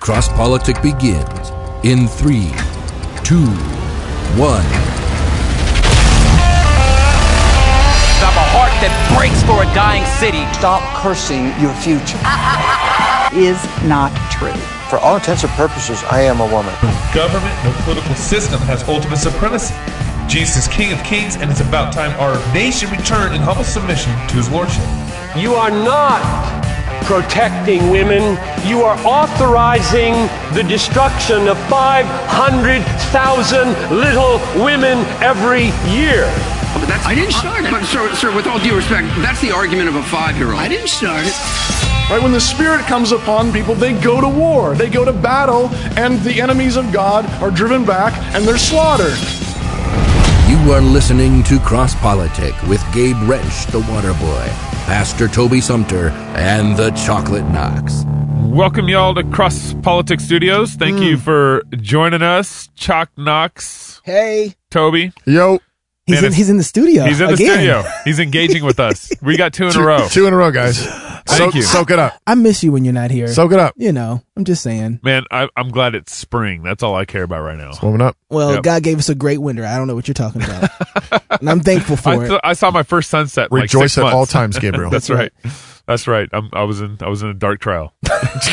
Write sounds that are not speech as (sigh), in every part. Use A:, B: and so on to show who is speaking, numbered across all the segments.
A: Cross Politic begins in three, two, one.
B: I'm a heart that breaks for a dying city.
C: Stop cursing your future.
D: (laughs) is not true.
E: For all intents and purposes, I am a woman.
F: government, no political system has ultimate supremacy. Jesus is King of Kings, and it's about time our nation returned in humble submission to his lordship.
G: You are not protecting women. You are authorizing the destruction of 500,000 little women every year.
H: But that's, I didn't start it. But sir, sir, with all due respect, that's the argument of a five-year-old. I didn't start it.
I: Right? When the Spirit comes upon people, they go to war, they go to battle, and the enemies of God are driven back and they're slaughtered.
A: You are listening to Cross Politic with Gabe Wrench, the water boy, Pastor Toby Sumter, and the Chocolate Knox.
F: Welcome, y'all, to Cross Politics Studios. Thank
J: Mm.
F: you for joining us, Chalk Knox,
K: Hey.
F: Toby.
J: Yo,
F: Man,
K: He's in,
F: it's-
K: he's in the studio.
F: He's in the
K: again.
F: studio. He's engaging with
J: (laughs)
F: us. We got two in a row.
J: uh, two in a row, guys.
F: Thank
J: soak,
F: you.
J: soak it up.
K: I miss you when you're not here.
J: Soak it up.
K: you know, I'm just saying.
F: Man, I, I'm glad it's spring. That's all I care about right now.
J: Warming up.
K: Well,
F: Yep.
K: God gave us a great winter. I don't know what you're talking
F: (laughs)
K: about. and I'm thankful for
F: I,
K: it.
F: th- I saw my first sunset. in, like,
J: Rejoice
F: six
J: at all
F: months. (laughs)
J: times, Gabriel.
F: That's right. That's right. I'm, I was in. I was in a dark
J: (laughs)
F: trial (laughs)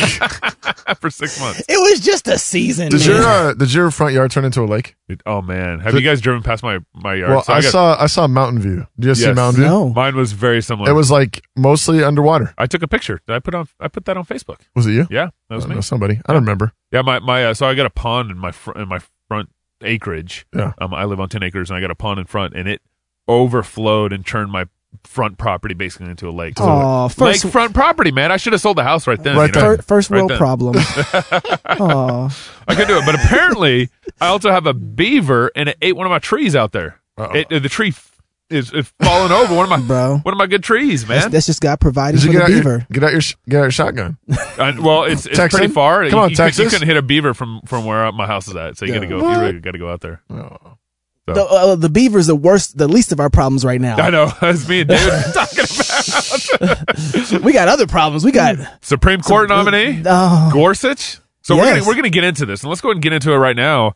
F: for six months.
K: it was just a season.
J: Did
K: man.
J: your uh, did your front yard turn into a lake?
F: It- oh man, have
J: The-
F: you guys driven past my my yard?
J: well,
F: So
J: I
F: got-
J: saw I saw Mountain View. Did you guys see
F: Yes.
J: Mountain View?
K: (laughs) No.
F: mine was very similar.
J: It was like mostly underwater.
F: I took a picture. Did I put on. I put that on Facebook.
J: Was it you?
F: Yeah, that was
J: I
F: me.
J: don't know, somebody. I don't remember.
F: Yeah, my my. Uh, so I got a pond in my fr- in my front acreage.
J: Yeah.
F: Um, I live on ten acres, and I got a pond in front, and it overflowed and turned my front property basically into a lake.
K: Aw, first,
F: Lake front property, man. I should have sold the house right then.
J: Right
F: you know?
J: then.
K: fir- first
F: Right
K: world
F: then. (laughs)
K: problem. Aw.
F: I could do it, but apparently I also have a beaver and it ate one of my trees out there.
J: Uh-oh.
F: It, uh, the tree f- is, is falling over one of my
K: Bro.
F: one of my good trees, man.
K: That's just God providing for
J: Did you get
K: the
J: out
K: beaver.
J: your get out your sh- get out your shotgun?
F: I- well, it's, it's
J: Texan?
F: pretty far.
J: Come
F: You-
J: on,
F: you, could- You
J: Texas.
F: couldn't hit a beaver from from where my house is at, so you
J: Yeah.
F: gotta go. You
K: What?
F: really gotta go out there.
J: Oh.
F: your-
K: The, uh, the beaver's the worst, the least of our problems right now.
F: I know. (laughs) That's me and
J: (laughs)
F: David been talking about.
K: We got other problems.
F: (laughs)
K: We got.
F: Supreme Court nominee
J: Uh,
K: Oh.
F: Gorsuch. So we're
K: Yes.
F: gonna, we're gonna get into this, and let's go ahead and get into it right now.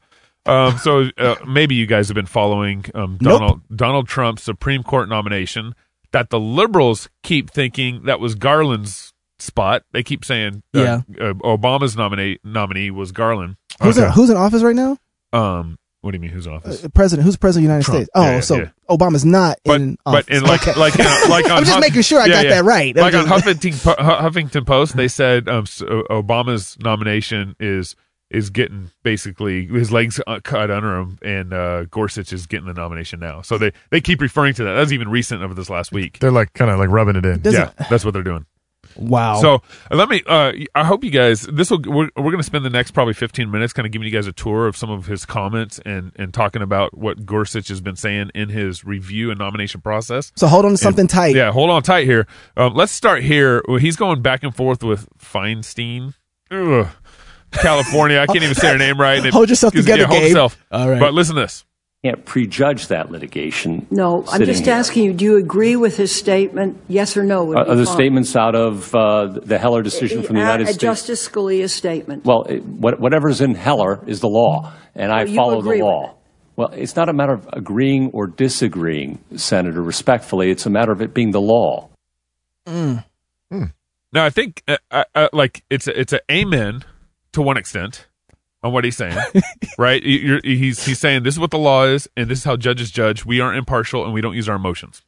F: Um, so uh, maybe you guys have been following um,
K: Nope.
F: Donald Donald Trump's Supreme Court nomination that the liberals keep thinking that was Garland's spot. They keep saying uh,
K: Yeah.
F: uh, Obama's nominee nominee was Garland.
K: Who's, in, who's in office right now?
F: Um, what do you mean? Who's in
K: Uh,
F: office?
K: president. Who's president of the United
F: Trump.
K: States? Oh,
F: Yeah, yeah,
K: so
F: yeah.
K: Obama's not
F: But
K: in office.
F: but in like
K: Okay.
F: like uh, like on
K: I'm just
F: Huff-
K: making sure I
F: Yeah,
K: got
F: yeah.
K: that right. I'm
F: Like on
K: just-
F: Huffington Po- Hu- Huffington Post, they said um, s- O- Obama's nomination is is getting basically his legs uh, cut under him, and uh, Gorsuch is getting the nomination now. So they they keep referring to that. That was even recent over this last week.
J: They're like kind of like rubbing it in.
K: Does-
F: yeah, that's what they're doing.
K: (laughs) wow.
F: So uh, let me. Uh, I hope you guys. This will. We're, we're going to spend the next probably 15 minutes, kind of giving you guys a tour of some of his comments and and talking about what Gorsuch has been saying in his review and nomination process.
K: So hold on to something tight.
F: Yeah, hold on tight here. Um, let's start here. Well, He's going back and forth with Feinstein. Ugh. California. I can't even say her name right.
K: Hold yourself
F: Yeah,
K: together,
F: hold
K: Gabe.
F: yourself.
K: All right.
F: But listen to this.
G: Can't prejudge that litigation.
D: No, I'm
G: Sitting
D: just
G: here.
D: asking you, do you agree with his statement? Yes or no? would
G: Are
D: be
G: are the
D: fine.
G: statements out of uh, the Heller decision from the
D: Uh,
G: United
D: uh,
G: States?
D: Justice Scalia's statement.
G: Well, it- what- whatever's in Heller is the law, and I
D: Well, you
G: follow the
D: agree with
G: law. Well, it's not a matter of agreeing or disagreeing, Senator, respectfully. It's a matter of it being the law.
F: Now I think uh, uh, uh, like it's a, it's a amen to one extent on what he's
K: (laughs)
F: saying, right? You- You're, he's he's saying this is what the law is, and this is how judges judge. We aren't impartial, and we don't use our emotions.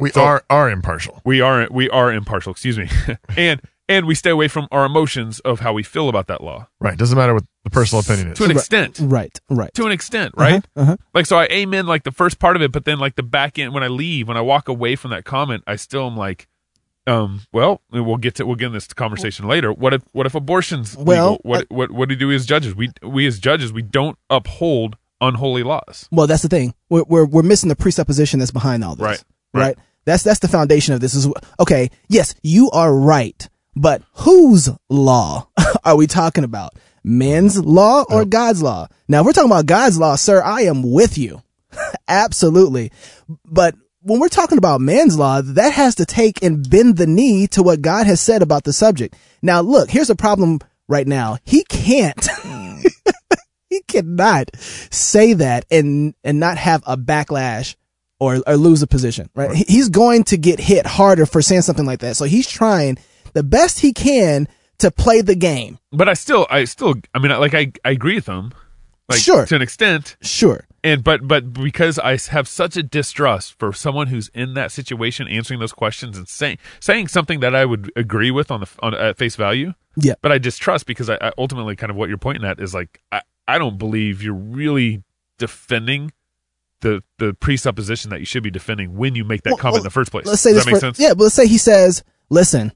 J: We
F: So-
J: are are impartial.
F: We are we are impartial. Excuse me, (laughs) and and we stay away from our emotions of how we feel about that law
J: Right. Doesn't matter what the personal opinion
F: to
J: is.
F: an extent.
K: Right, right.
F: To an extent, right?
K: Uh-huh, uh-huh.
F: Like so, I amen like the first part of it, but then like the back end when I leave, when I walk away from that comment, I still am like, um, well, and we'll get to we'll get in this conversation later. What if what if abortion's
K: Well,
F: legal? What what what do we do as judges? We we as judges we don't uphold unholy laws.
K: Well, that's the thing. We're, we're we're missing the presupposition that's behind all this.
F: Right, right.
K: Right. That's that's the foundation of this. Is wh- okay. Yes, you are right. But whose law (laughs) are we talking about? Man's law or God's law? Now, if we're talking about God's law, sir, I am with you. (laughs) Absolutely. But when we're talking about man's law, that has to take and bend the knee to what God has said about the subject. Now, look, here's a problem right now. He can't. he cannot say that and and not have a backlash or or lose a position, right? He- He's going to get hit harder for saying something like that. So he's trying the best he can to play the game.
F: But I still, I still, I mean, I- like I, I agree with him, like
K: Sure.
F: to an extent,
K: Sure.
F: and but but because I have such a distrust for someone who's in that situation answering those questions and saying saying something that I would agree with on the on at face value,
K: Yeah.
F: but I distrust because I, I ultimately kind of what you're pointing at is like I, I don't believe you're really defending the the presupposition that you should be defending when you make that
K: Well,
F: comment
K: well,
F: in the first place.
K: Let's say
F: Does
K: this
F: that make
K: for-
F: sense?
K: Yeah, but let's say he says, "Listen,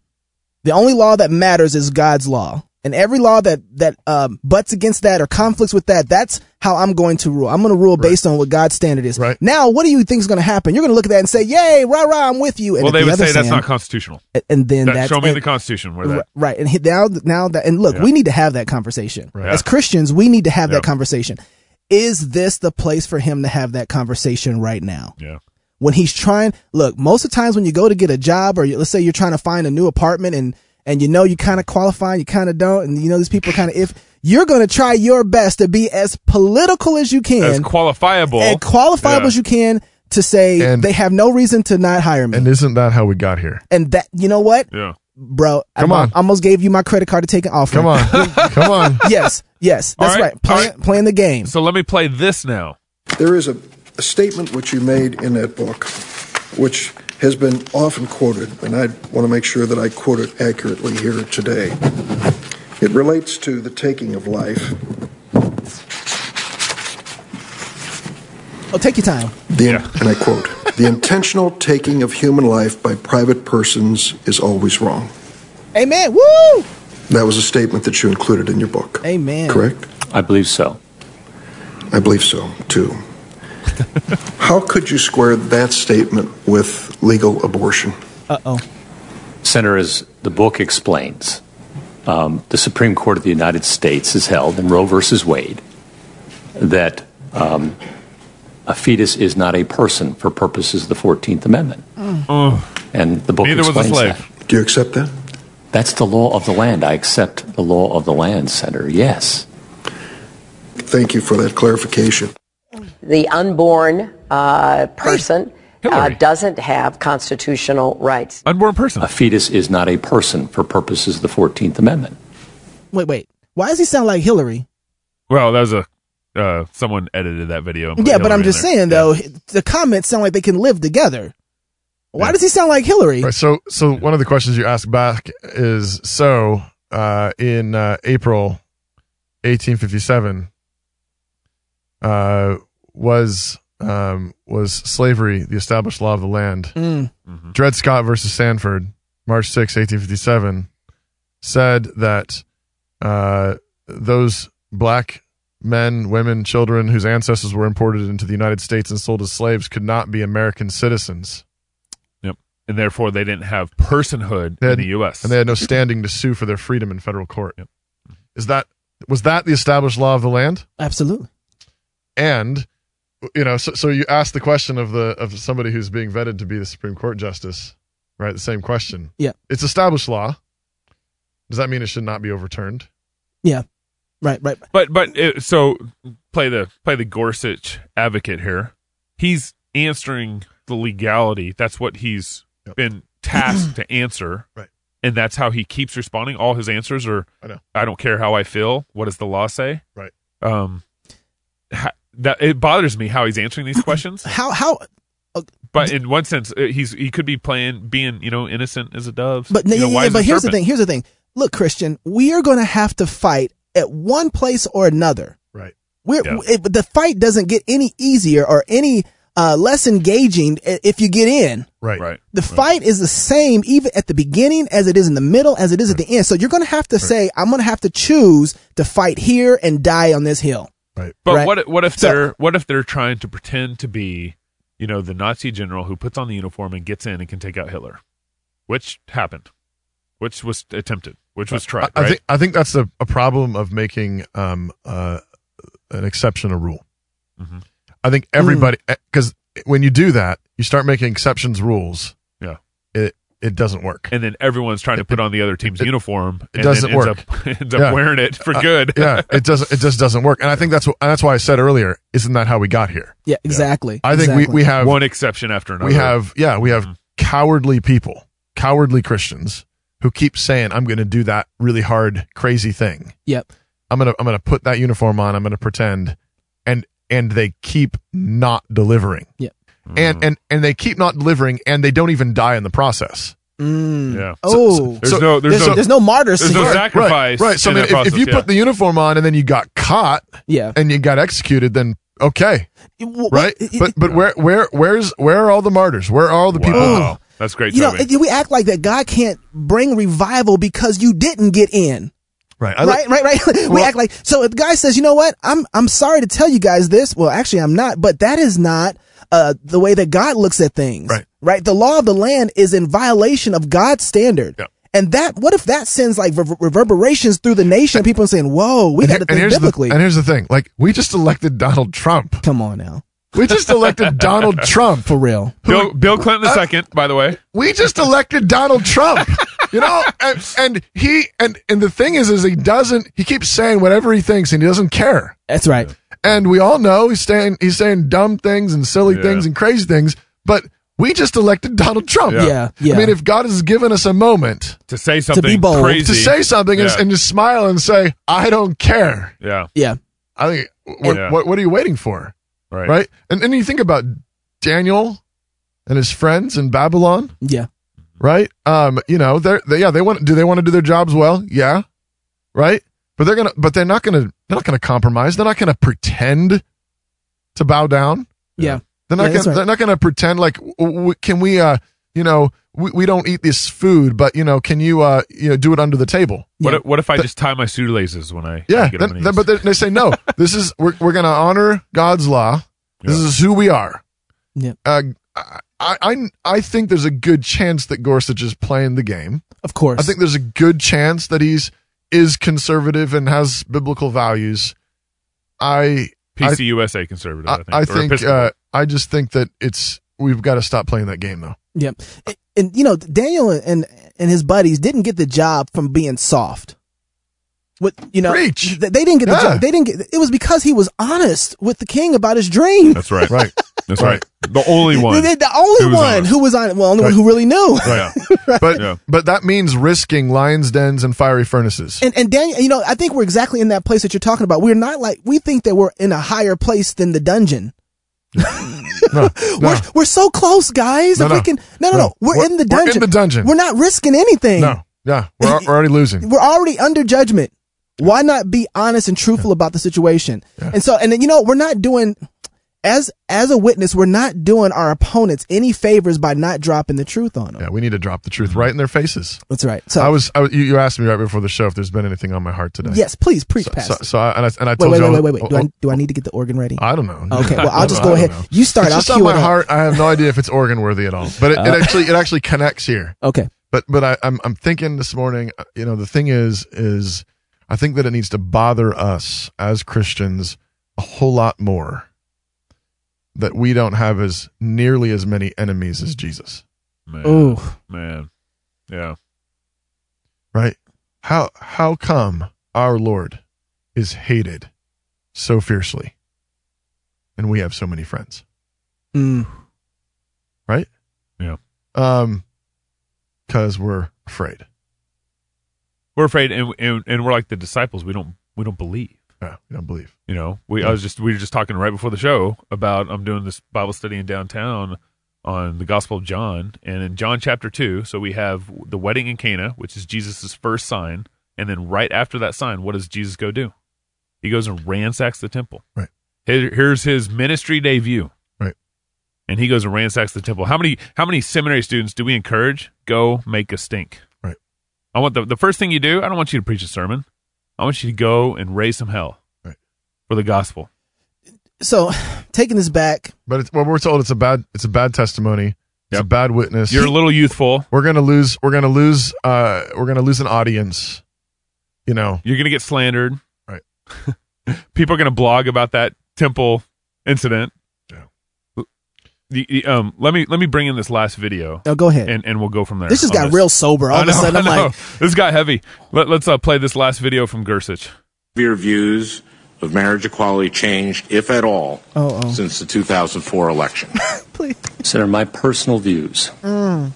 K: the only law that matters is God's law, and every law that that um, butts against that or conflicts with that, that's how I'm going to rule. I'm going to rule based on what God's standard is.
J: Right.
K: Now, what do you think is going to happen? You're going to look at that and say, "Yay, rah rah, I'm with you." And
F: Well,
K: at
F: they
K: the
F: would
K: other
F: say that's
K: hand-
F: not constitutional.
K: and then
F: That-
K: that's
F: show me
K: and-
F: the Constitution where that.
K: Right, and he, now, now that, and look,
F: Yeah.
K: we need to have that conversation.
F: Right.
K: As Christians, we need to have
F: Yeah.
K: that conversation. Is this the place for him to have that conversation right now?
F: Yeah.
K: when he's trying look most of the times when you go to get a job or you, let's say you're trying to find a new apartment and and you know you kind of qualify and you kind of don't and you know these people kind of if you're going to try your best to be as political as you can
F: As qualifiable.
K: and qualifiable
F: Yeah.
K: as you can to say
J: And-
K: they have no reason to not hire me and,
J: And isn't that how we
F: (laughs)
J: got here?
K: that you know what
F: Yeah.
K: bro I
J: Come
K: mo-
J: on.
K: almost gave you my credit card to take an offer
J: Come on, come on.
K: (laughs) yes yes
F: All
K: that's
F: right,
K: right,
F: all
K: Playing,
F: right.
K: playing the game
F: So let me play this now.
E: There is a, a statement which you made in that book, which has been often quoted, and I want to make sure that I quote it accurately here today. It relates to the taking of life.
K: oh take your time
E: The, And I quote The intentional taking of human life by private persons is always wrong.
K: amen woo
E: That was a statement that you included in your book.
K: amen
E: Correct?
L: I believe so.
E: I believe so, too. How could you square that statement with legal abortion?
K: uh-oh
L: Senator, as the book explains, um, the Supreme Court of the United States has held in Roe versus Wade that um, a fetus is not a person for purposes of the 14th Amendment. And the book
F: Neither was a
L: explains
F: slave.
L: that.
E: Do you accept that?
L: That's the law of the land. I accept the law of the land, Senator. Yes.
E: Thank you for that clarification.
M: the unborn uh, person uh,
F: Hillary.
M: doesn't have constitutional rights.
F: Unborn person.
L: A fetus is not a person for purposes of the 14th Amendment.
K: wait wait why does he sound like hillary
F: Well, that was a uh, someone edited that video. and put
K: Yeah, but
F: Hillary
K: I'm
F: in
K: just
F: there.
K: saying
F: Yeah.
K: though, the comments sound like they can live together. Why does he sound like Hillary?
J: Right, so, so one of the questions you ask back is so uh, in uh, April 1857 uh, was um, was slavery the established law of the land?
K: Mm.
J: Dred Scott versus Sanford, March 6, 1857, said that uh, those black men, women, children whose ancestors were imported into the United States and sold as slaves could not be American citizens.
F: Yep. And therefore, they didn't have personhood
J: They
F: in
J: had-
F: the U.S.
J: and they had no standing to sue for their freedom in federal court. Is that was that the established law of the land?
K: Absolutely.
J: And you know, so, so you ask the question of the of somebody who's being vetted to be the Supreme Court justice, right? The same question.
K: Yeah.
J: It's established law. Does that mean it should not be overturned?
K: Yeah. Right, right.
F: but but it, so play the play the Gorsuch advocate here. He's answering the legality. That's what he's
J: Yep.
F: been tasked to answer.
J: (clears throat) Right.
F: And that's how he keeps responding. All his answers are
J: I know.
F: I don't care how I feel. What does the law say?
J: Right.
F: Um ha- that it bothers me how he's answering these
J: (laughs)
F: questions.
K: How how
F: But in one sense, uh, he's he could be playing being you know innocent as a dove.
K: but
F: you know, wise
K: yeah, yeah,
F: as
K: but
F: a
K: here's the
F: serpent.
K: thing, here's the thing. Look, Christian, we are going to have to fight at one place or another.
J: Right.
K: We're,
F: Yeah.
K: it, the fight doesn't get any easier or any uh, less engaging i- if you get in.
J: Right.
F: Right.
K: The fight is the same even at the beginning as it is in the middle as it is at the end. So you're going to have to say, I'm going to have to choose to fight here and die on this hill.
J: Right.
F: But
K: Right.
F: what what if
K: So-
F: they're what if they're trying to pretend to be, you know, the Nazi general who puts on the uniform and gets in and can take out Hitler, which happened, which was attempted, which
N: Uh,
F: was tried.
J: I, I
F: right?
J: think I think that's a, a problem of making um uh an exception a rule.
F: Mhm.
J: I think
F: Mm.
J: eh, everybody because when you do that, you start making exceptions rules.
F: Yeah.
J: It
N: it doesn't work.
F: and then everyone's trying to put on the other team's uniform.
N: It
F: and
N: doesn't
F: then ends
N: work.
F: Up, (laughs) ends up
N: Yeah.
F: wearing it for
N: Uh,
F: good.
N: yeah,
F: (laughs)
N: it doesn't. It just doesn't work. And I think that's what. and That's why I said earlier. Isn't that how we got here?
K: Yeah, exactly.
N: I think we,
K: Exactly.
N: we have
F: one exception after another.
N: We have yeah, we have cowardly people, cowardly Christians who keep saying, "I'm going to do that really hard, crazy thing.
K: Yep.
N: I'm gonna I'm gonna put that uniform on. I'm gonna pretend," and and they keep not delivering.
K: Yeah.
N: And and and they keep not delivering, and they don't even die in the process.
K: Mm.
F: Yeah.
K: Oh,
F: There's no- there's no-
K: there's no martyr.
F: there's no
K: scene.
N: Right,
F: sacrifice
N: Right. right. So I
F: in
N: mean,
F: that
N: if, if
F: process,
N: you
F: yeah.
N: put the uniform on and then you got caught,
K: Yeah.
N: and you got executed, then okay,
K: Well,
N: right?
K: it- it-
N: But but where where where's where are all the martyrs? Where are all the people?
F: Wow. That's great,
K: you know,
F: Toby.
K: it- we act like that God can't bring revival because you didn't get in.
N: Right.
K: right, right, right, (laughs) we act like so. If the guy says, "You know what? I'm I'm sorry to tell you guys this. Well, actually, I'm not, but that is not uh, the way that God looks at things.
N: Right.
K: right. The law of the land is in violation of God's standard. And that, what if that sends like rever- reverberations through the nation? and people are saying, "Whoa, we got to think
N: here's
K: biblically."
N: The, and here's the thing: like we just elected Donald Trump.
K: Come on now,
N: we just
K: (laughs)
N: elected Donald Trump
K: for real.
F: Bill, Bill Clinton II, by the way.
N: Uh, We just elected Donald Trump.
F: (laughs)
N: You know, and, and he and and the thing is, is he doesn't. He keeps saying whatever he thinks, and he doesn't care.
K: That's right.
N: And we all know he's saying he's saying dumb things and silly
K: Yeah.
N: things and crazy things, but. We just elected Donald Trump.
K: Oh, Yeah. Yeah, yeah.
N: I mean, if God has given us a moment
F: To say
N: to
F: something crazy.
N: to say something
F: yeah.
N: and, and just smile and say, "I don't care,"
F: yeah.
K: Yeah.
N: I think. What,
F: Yeah.
N: what, what are you waiting for?
F: Right.
N: Right. And then you think about Daniel and his friends in Babylon.
K: Yeah.
N: Right. Um. You know. They're. They, yeah. They want. Do they want to do their jobs well? Yeah. Right. But they're gonna. But they're not gonna. They're not gonna compromise. They're not gonna pretend to bow down.
K: Yeah.
N: They're not
K: Yeah, that's
N: gonna. They're not gonna pretend like. w- w- Can we? Uh. You know. We, we don't eat this food, but you know. Can you? Uh. You know. Do it under the table.
F: What, if- what if I just tie my shoelaces when I
N: Yeah,
F: I get on
N: then-
F: my
N: then-
F: knees?
N: but they, they say no. (laughs) This is we're we're gonna honor God's law. This is who we are.
K: Yeah.
N: Uh, I, I I think there's a good chance that Gorsuch is playing the game.
K: Of course.
N: I think there's a good chance that he's is conservative and has biblical values. I I-
F: PCUSA conservative. I,
N: I,
F: think.
N: I
F: or
N: think
F: Episcopal.
N: uh, I just think that it's we've got to stop playing that game though.
K: Yep. And, and, you know, Daniel and and his buddies didn't get the job from being soft. What you know,
N: Preach.
K: th- they didn't get the
N: Yeah.
K: job. They didn't get. It was because he was honest with the king about his dream.
F: That's right.
N: right.
F: That's right. The
K: (laughs)
F: only
K: The,
F: one.
K: the- the only
F: who was
K: one
F: honest.
K: who was on, well, only one
N: Right.
K: who really knew. (laughs)
N: Right. But but that means risking lions dens and fiery furnaces.
K: And and Daniel, you know, I think we're exactly in that place that you're talking about. We're not like we think that we're in a higher place than
N: (laughs)
K: the dungeon. (laughs) we're, we're so close, guys.
N: No,
K: if
N: no.
K: we can, no, no, no,
N: No.
K: we're,
N: We're-
K: in the
N: we're in
K: dungeon.
N: the dungeon.
K: We're not risking anything.
N: No. Yeah. We're, al- we're already losing.
K: we're already under judgment. Why not be honest and truthful about the situation? And so, and then, you know, we're not doing as as a witness, we're not doing our opponents any favors by not dropping the truth on them.
N: Yeah, we need to drop the truth right in their faces.
K: That's right. So
N: I was, I was you, you asked me right before the show if there's been anything on my heart today.
K: Yes, please preach,
N: So,
K: Pastor.
N: so I, and I, and I
K: wait,
N: told
K: wait,
N: you
K: wait,
N: I
K: wait,
N: was- oh,
K: wait, wait. Do I, do I need to get the organ ready?
N: I don't know.
K: Okay, well, I'll just
N: (laughs) I
K: go
N: don't
K: ahead.
N: know.
K: You start.
N: It's
K: I'll
N: just on
K: cue
N: my
K: it up.
N: heart. I have no idea if it's organ worthy at all, but it,
K: Uh.
N: it actually it actually connects here.
K: Okay.
N: But but I, I'm I'm thinking this morning. uh, You know, the thing is is I think that it needs to bother us as Christians a whole lot more that we don't have as nearly as many enemies as Jesus.
F: man,
K: Ooh.
F: man. Yeah.
N: right how how come our lord is hated so fiercely and we have so many friends
K: Mm.
N: right
F: Yeah.
N: um cuz we're afraid
F: We're afraid, and, and and we're like the disciples. We don't we don't believe.
N: yeah we don't believe
F: You know, we I was just we were just talking right before the show about I'm doing this Bible study in downtown on the Gospel of John, and in John chapter two, so we have the wedding in Cana, which is Jesus' first sign, and then right after that sign, what does Jesus go do? He goes and ransacks the temple.
N: Right.
F: Here, here's his ministry debut.
N: Right.
F: And he goes and ransacks the temple. How many how many seminary students do we encourage? Go make a stink.
N: Right.
F: I want the the first thing you do, I don't want you to preach a sermon. I want you to go and raise some hell for the gospel.
K: So, taking this back,
N: but it's, well, we're told it's a bad it's a bad testimony it's a bad witness
F: You're a little youthful.
N: we're going to lose we're going to lose uh we're going to lose an audience you know
F: You're going to get slandered. (laughs)
N: Right.
F: People are going to blog about that temple incident. the, the, um, let me let me bring in this last video.
K: Oh, go ahead.
F: and and we'll go from there.
K: This just
F: on
K: got real sober. All
F: I
K: of a
F: know,
K: sudden, I'm
F: I know.
K: like,
F: this got heavy. Let, let's uh, play this last video from Gersich.
J: your views of marriage equality changed, if at all,
K: Oh, oh.
J: since the 2004 election?
L: (laughs) Senator, my personal views.
K: mm.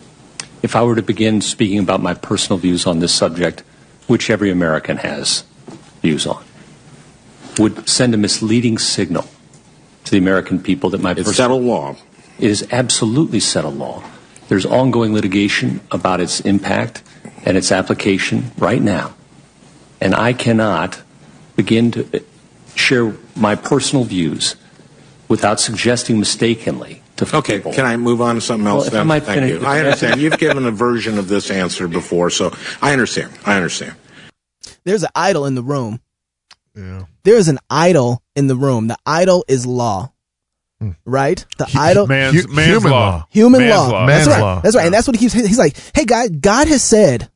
L: If I were to begin speaking about my personal views on this subject, which every American has views on, would send a misleading signal to the American people that my
J: It's settled law.
L: It is absolutely settled law. There's ongoing litigation about its impact and its application right now. And I cannot begin to uh, share my personal views without suggesting mistakenly to
J: Okay,
L: people.
J: can I move on to something
L: Well,
J: else
L: if
J: then?
L: I might
J: Thank
L: finish-
J: you. I understand. You've given a version of this answer before, so I understand. I understand.
K: there's an idol in the room.
N: Yeah.
K: There is an idol in the room. The idol is law,
N: Hmm.
K: right? The idol,
F: Man's,
N: Hu-
F: man's
N: human
F: law.
N: law.
K: human
F: Man's
K: law.
F: law.
K: That's
N: Man's
K: right.
N: law.
K: That's right. And that's what he keeps. He's like, hey, God, God has said,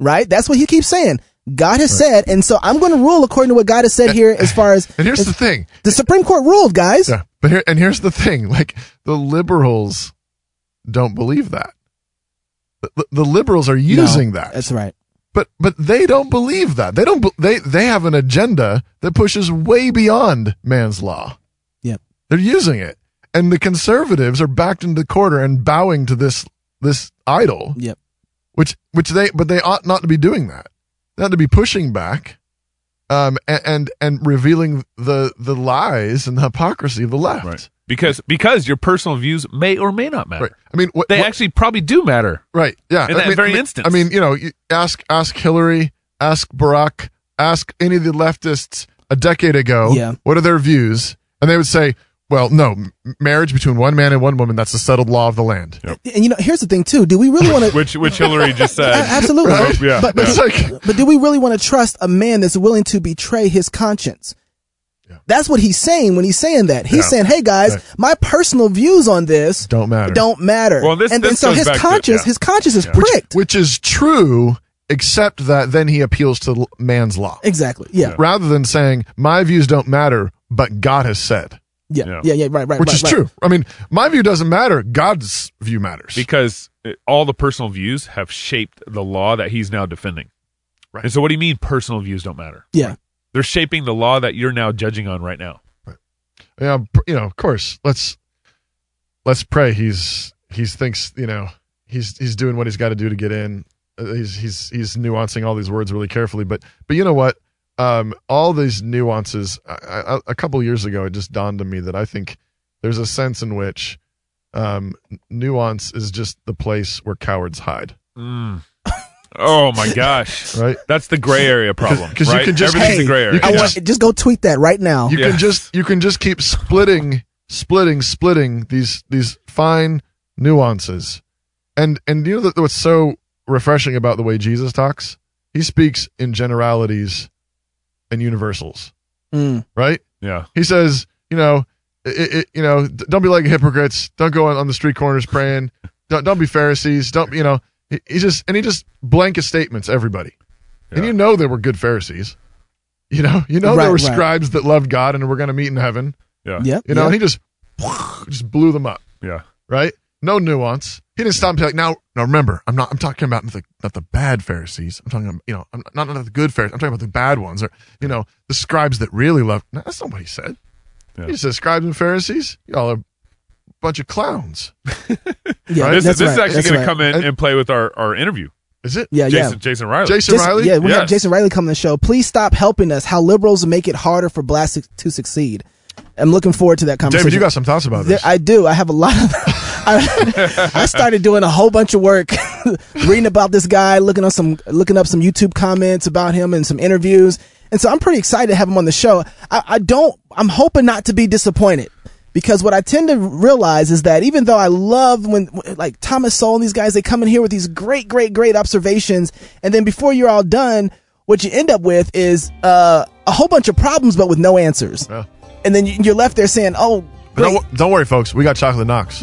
K: right? That's what he keeps saying. God has said, and so I'm going to rule according to what God has said here. As far as
N: And here's
K: as-
N: the thing.
K: the Supreme Court ruled, guys.
N: Yeah. But here and here's the thing, like the liberals don't believe that. The, the liberals are using
K: No,
N: that.
K: That's right.
N: But but they don't believe that. They don't be- they they have an agenda that pushes way beyond man's law.
K: Yep.
N: They're using it. And the conservatives are backed into the corner and bowing to this this idol.
K: Yep.
N: Which which they but they ought not to be doing that. They ought to be pushing back um and and, and revealing the the lies and the hypocrisy of the left.
F: Right. Because because your personal views may or may not matter.
N: Right. I mean, what,
F: They
N: what-
F: actually probably do matter.
N: right? Yeah,
F: In
N: I
F: that
N: mean,
F: very
N: I mean,
F: instance.
N: I mean, you know, you ask ask Hillary, ask Barack, ask any of the leftists a decade ago.
K: Yeah.
N: what are their views? And they would say, well, no, m- marriage between one man and one woman—that's the settled law of the land.
K: And you know, here's the thing too. Do we really want
F: (laughs)
K: to?
F: Which which Hillary just said.
K: Absolutely.
F: Right? (laughs) Yeah.
K: (laughs) But, but,
N: It's like-
K: but do we really want to trust a man that's willing to betray his conscience? That's what he's saying when he's saying that. He's
N: Yeah.
K: saying, "Hey guys,
N: Right.
K: my personal views on this
N: Don't matter.
K: Don't matter."
F: Well, this-
K: and,
F: this
K: and so
F: goes
K: his
F: back to-
K: conscience,
F: yeah.
K: his conscience is
N: Which-
K: pricked.
N: which is true, except that then he appeals to l- man's law
K: Exactly. Yeah.
N: rather than saying my views don't matter, but God has said,
K: Yeah.
F: Yeah.
K: Yeah. Yeah. right. Right.
N: which
K: right,
N: is
K: right.
N: true. I mean, my view doesn't matter; God's view matters.
F: because uh, all the personal views have shaped the law that he's now defending.
N: Right.
F: And so, what do you mean personal views don't matter?
K: Yeah.
F: They're shaping the law that you're now judging on right now.
N: yeah, pr- you know, of course, let's let's pray he's he's thinks you know he's he's doing what he's got to do to get in. Uh, he's he's he's nuancing all these words really carefully, but but you know what? Um, all these nuances. I, I, a couple years ago, it just dawned on me that I think there's a sense in which um, nuance is just the place where cowards hide.
F: Mm. Oh my gosh.
N: Right?
F: That's the gray area problem.
N: 'cause you
F: right?
N: can just-
F: Everything's
K: Hey,
F: a gray area.
N: you
K: I
N: Yeah.
K: want, just go tweet that right now.
N: you
F: Yeah.
N: can just you can just keep splitting splitting splitting these these fine nuances and and you know that what's so refreshing about the way jesus talks he speaks in generalities and universals
K: Mm.
N: right
F: yeah.
N: he says you know it, it, you know d- don't be like hypocrites don't go on, on the street corners praying don't, don't be pharisees don't you know he, he just and he just blanket statements everybody and
F: Yeah.
N: you know there were good pharisees you know you know
K: Right,
N: there were
K: right.
N: scribes that loved god and were going to meet in heaven
F: Yeah.
K: Yep.
N: you know,
K: yep.
N: and he just just blew them up,
F: Yeah.
N: right? No nuance. He didn't stop and be like, now, now remember, I'm not, I'm talking about the, not the bad Pharisees. I'm talking, about, you know, I'm not, not the good Pharisees. I'm talking about the bad ones, or you know, the scribes that really love. No, that's not what he said.
F: Yeah.
N: He said, scribes and Pharisees, y'all are a bunch of clowns.
K: yeah,
F: This,
K: that's
F: this is
K: right,
F: actually
K: that's
F: going to
K: right.
F: come in
N: And-
F: and play with our, our interview.
N: Is it?
K: Yeah, yeah.
F: Jason, Jason Riley.
N: Jason Riley.
K: Yeah, we have
F: Yes.
K: Jason Riley coming on the show. Please stop helping us. How liberals make it harder for blacks to succeed. I'm looking forward to that conversation.
N: David, you got some thoughts about
K: There-
N: this.
K: I do. I have a lot of. (laughs) I, I started doing a whole bunch of work, (laughs) reading about this guy, looking on some, looking up some YouTube comments about him and some interviews, and so I'm pretty excited to have him on the show. I, I don't. I'm hoping not to be disappointed. Because what I tend to realize is that even though I love when, like Thomas Sowell and these guys, they come in here with these great, great, great observations, and then before you're all done, what you end up with is uh, a whole bunch of problems, but with no answers.
N: Yeah.
K: And then you- you're left there saying, "Oh,
N: But
K: great.
N: don't, don't worry, folks. We got chocolate knocks.
K: (laughs)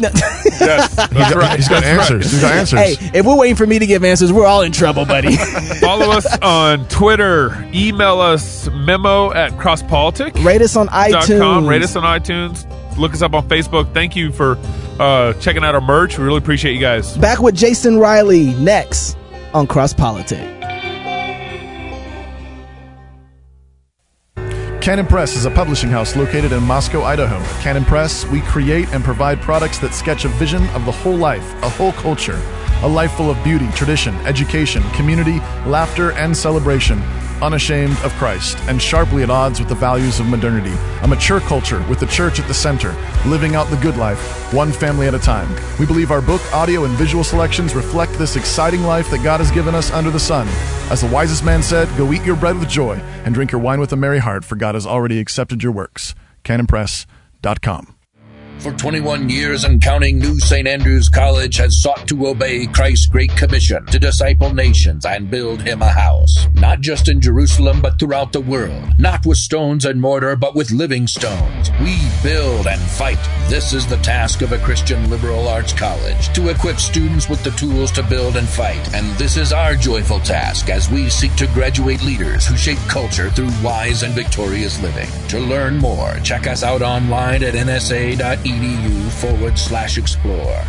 F: Yes. That's right.
N: He's got
F: That's right.
N: answers. He's got answers.
K: Hey, if we're waiting for me to give answers, we're all in trouble, (laughs) buddy.
F: Follow us on Twitter. Email us memo at crosspolitic.
K: Rate us on iTunes.
F: Rate us on iTunes. Look us up on Facebook. Thank you for uh, checking out our merch. We really appreciate you guys.
K: Back with Jason Riley next on Cross Politic.
J: Canon Press is a publishing house located in Moscow, Idaho. At Canon Press, we create and provide products that sketch a vision of the whole life, a whole culture, a life full of beauty, tradition, education, community, laughter, and celebration, unashamed of Christ, and sharply at odds with the values of modernity. A mature culture with the church at the center, living out the good life, one family at a time. We believe our book, audio, and visual selections reflect this exciting life that God has given us under the sun. As the wisest man said, go eat your bread with joy and drink your wine with a merry heart, for God has already accepted your works. CanonPress.com.
A: For 21 years and counting, New St. Andrews College has sought to obey Christ's Great Commission to disciple nations and build him a house. Not just in Jerusalem, but throughout the world. Not with stones and mortar, but with living stones. We build and fight. This is the task of a Christian liberal arts college to equip students with the tools to build and fight. And this is our joyful task as we seek to graduate leaders who shape culture through wise and victorious living. To learn more, check us out online at nsa.edu edu forward slash explore.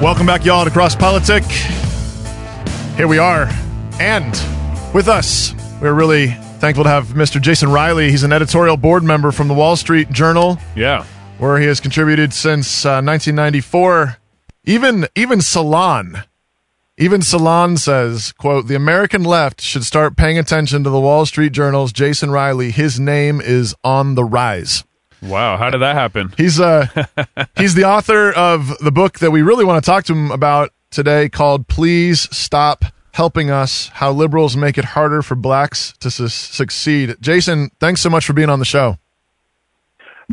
J: Welcome back, y'all, to Cross Politic. Here we are. And with us, we're really thankful to have Mr. Jason Riley. He's an editorial board member from the Wall Street Journal.
F: Yeah.
J: Where he has contributed since uh, 1994. Even, even Salon. Even Salon says, quote, the American left should start paying attention to the Wall Street Journal's Jason Riley. His name is on the rise.
F: Wow, how did that happen?
J: He's uh he's the author of the book that we really want to talk to him about today called Please Stop Helping Us: How Liberals Make It Harder for Blacks to Su- Succeed. Jason, thanks so much for being on the show.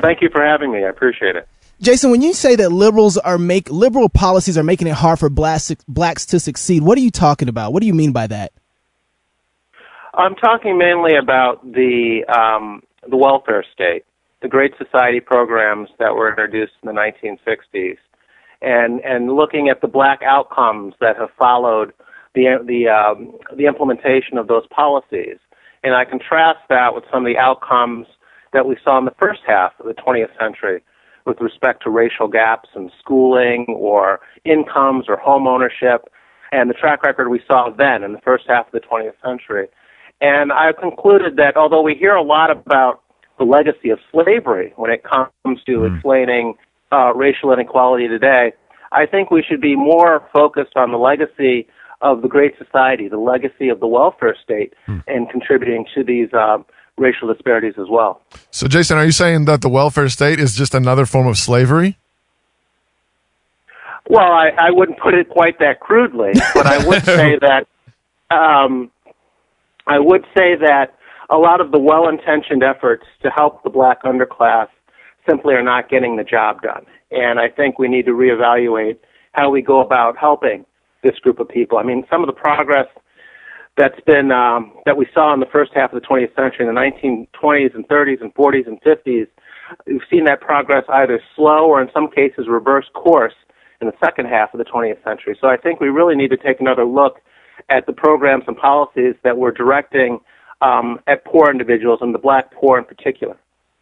N: Thank you for having me. I appreciate it.
K: Jason, when you say that liberals are make liberal policies are making it hard for blacks blacks to succeed, what are you talking about? What do you mean by that?
N: I'm talking mainly about the um, the welfare state, the Great Society programs that were introduced in the 1960s, and and looking at the black outcomes that have followed the the um, the implementation of those policies. And I contrast that with some of the outcomes that we saw in the first half of the 20th century with respect to racial gaps in schooling or incomes or home ownership and the track record we saw then in the first half of the 20th century. And I concluded that although we hear a lot about the legacy of slavery when it comes to explaining uh, racial inequality today, I think we should be more focused on the legacy of the Great Society, the legacy of the welfare state, and contributing to these uh, racial disparities as well.
J: So, Jason, are you saying that the welfare state is just another form of slavery?
N: Well, I, I wouldn't put it quite that crudely, but I
J: (laughs)
N: would say that um, I would say that a lot of the well-intentioned efforts to help the black underclass simply are not getting the job done, and I think we need to reevaluate how we go about helping this group of people. I mean, some of the progress that's been um, that we saw in the first half of the 20th century, in the 1920s and 30s and 40s and 50s, we've seen that progress either slow or in some cases reverse course in the second half of the 20th century. So I think we really need to take another look at the programs and policies that we're directing um, at poor individuals and the black poor in particular.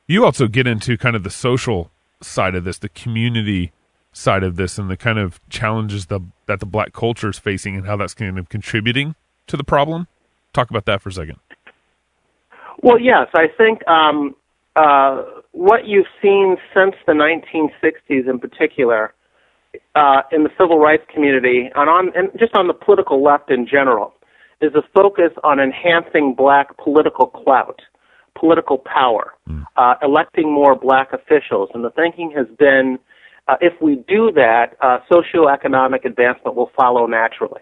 F: You also get into kind of the social side of this, the community side of this, and the kind of challenges the, that the black culture is facing and how that's kind of contributing to the problem. Talk about that for a second.
N: Well, yes, I think um, uh, what you've seen since the 1960s, in particular, uh, in the civil rights community and on and just on the political left in general, is a focus on enhancing black political clout, political power, uh, electing more black officials, and the thinking has been. Uh, if we do that, uh, socioeconomic advancement will follow naturally.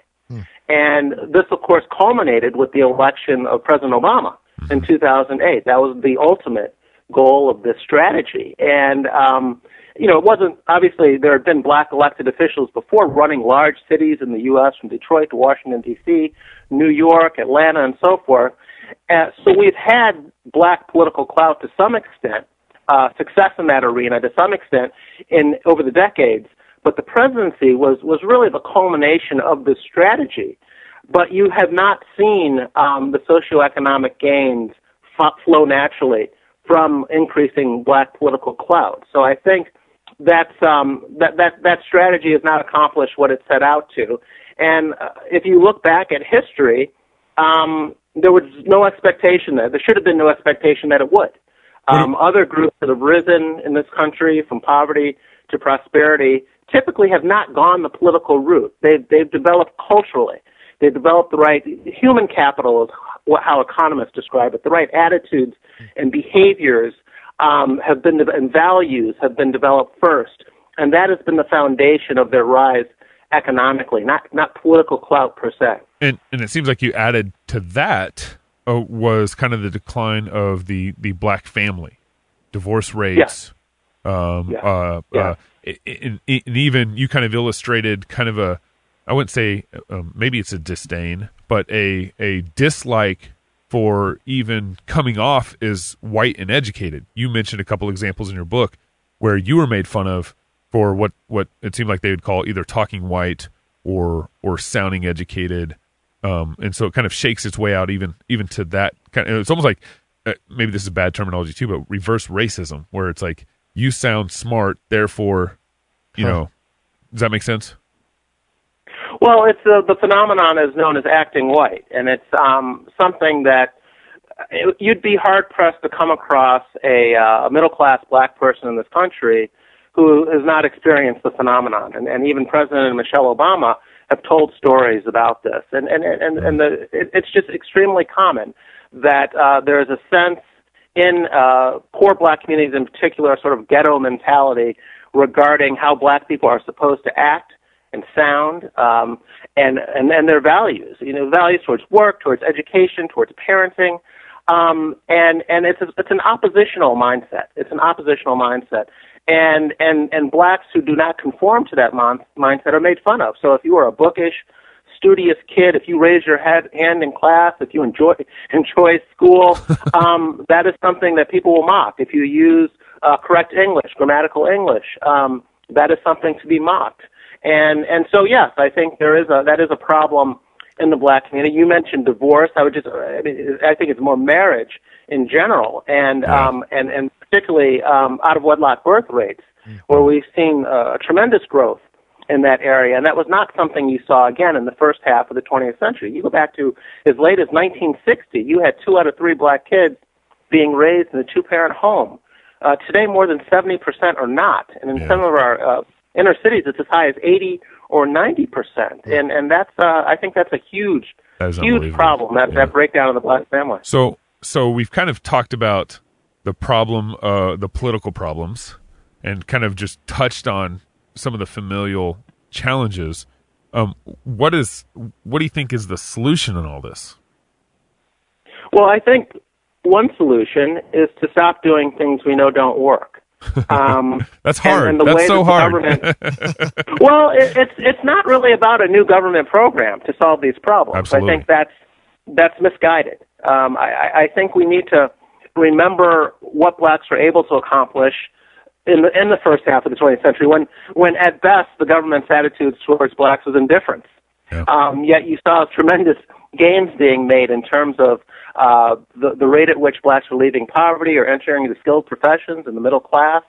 N: And this, of course, culminated with the election of President Obama in 2008. That was the ultimate goal of this strategy. And, um, you know, it wasn't obviously there had been black elected officials before running large cities in the U.S. from Detroit to Washington, D.C., New York, Atlanta, and so forth. Uh, so we've had black political clout to some extent, uh, success in that arena to some extent in over the decades. But the presidency was was really the culmination of this strategy. But you have not seen um, the socioeconomic gains f- flow naturally from increasing black political clout. So I think that's um, that that that strategy has not accomplished what it set out to. And uh, if you look back at history, um, there was no expectation that there should have been no expectation that it would. Um, other groups that have risen in this country from poverty to prosperity typically have not gone the political route. They've they've developed culturally. They've developed the right human capital is wh- how economists describe it. The right attitudes and behaviors um, have been and values have been developed first, and that has been the foundation of their rise economically, not not political clout per se.
F: and and it seems like you added to that uh, was kind of the decline of the the black family, divorce rates, um, Uh, uh, i- i- and, and even you kind of illustrated kind of a I wouldn't say um, maybe it's a disdain, but a a dislike for even coming off as white and educated. You mentioned a couple examples in your book where you were made fun of for what what it seemed like they would call either talking white or or sounding educated um and so it kind of shakes its way out even even to that kind of it's almost like uh, maybe this is bad terminology too but reverse racism where it's like you sound smart therefore you
J: Huh.
F: know does that make sense
N: Well, it's uh, the phenomenon is known as acting white, and it's um, something that uh, you'd be hard pressed to come across a, uh, a middle class black person in this country who has not experienced the phenomenon. And, and even President Michelle Obama have told stories about this, and and and, and the, it, it's just extremely common that uh, there is a sense in uh, poor black communities, in particular, a sort of ghetto mentality regarding how black people are supposed to act and sound um, and, and and their values you know values towards work towards education towards parenting um, and and it's a, it's an oppositional mindset it's an oppositional mindset and and and blacks who do not conform to that mon- mindset are made fun of so if you are a bookish studious kid if you raise your head hand in class if you enjoy (laughs) enjoy school um, that is something that people will mock if you use uh, correct english grammatical english um, that is something to be mocked and and so yes, I think there is a that is a problem in the black community. You mentioned divorce. I would just I, mean, I think it's more marriage in general, and um and and particularly um out of wedlock birth rates, where we've seen uh, tremendous growth in that area, and that was not something you saw again in the first half of the 20th century. You go back to as late as 1960, you had two out of three black kids being raised in a two-parent home. Uh, today, more than 70% are not, and in some of our uh, inner cities, it's as high as 80 or 90%. And and that's uh, I think that's a huge,
F: That is
N: huge
F: unbelievable.
N: problem. That that breakdown of the black family.
F: So so we've kind of talked about the problem, uh, the political problems, and kind of just touched on some of the familial challenges. Um, what is what do you think is the solution in all this?
N: Well, I think one solution is to stop doing things we know don't work. Um,
F: That's
N: and-
F: hard.
N: and the
F: That's
N: way
F: so
N: that the
F: hard.
N: government- well, it, it's it's not really about a new government program to solve these problems.
F: Absolutely.
N: I think that's that's misguided. Um, I, I- I think we need to remember what blacks were able to accomplish in the in the first half of the 20th century, when when at best the government's attitudes towards blacks was indifference.
J: Uh,
N: Um, yet you saw tremendous gains being made in terms of uh, the the rate at which blacks were leaving poverty or entering the skilled professions and the middle class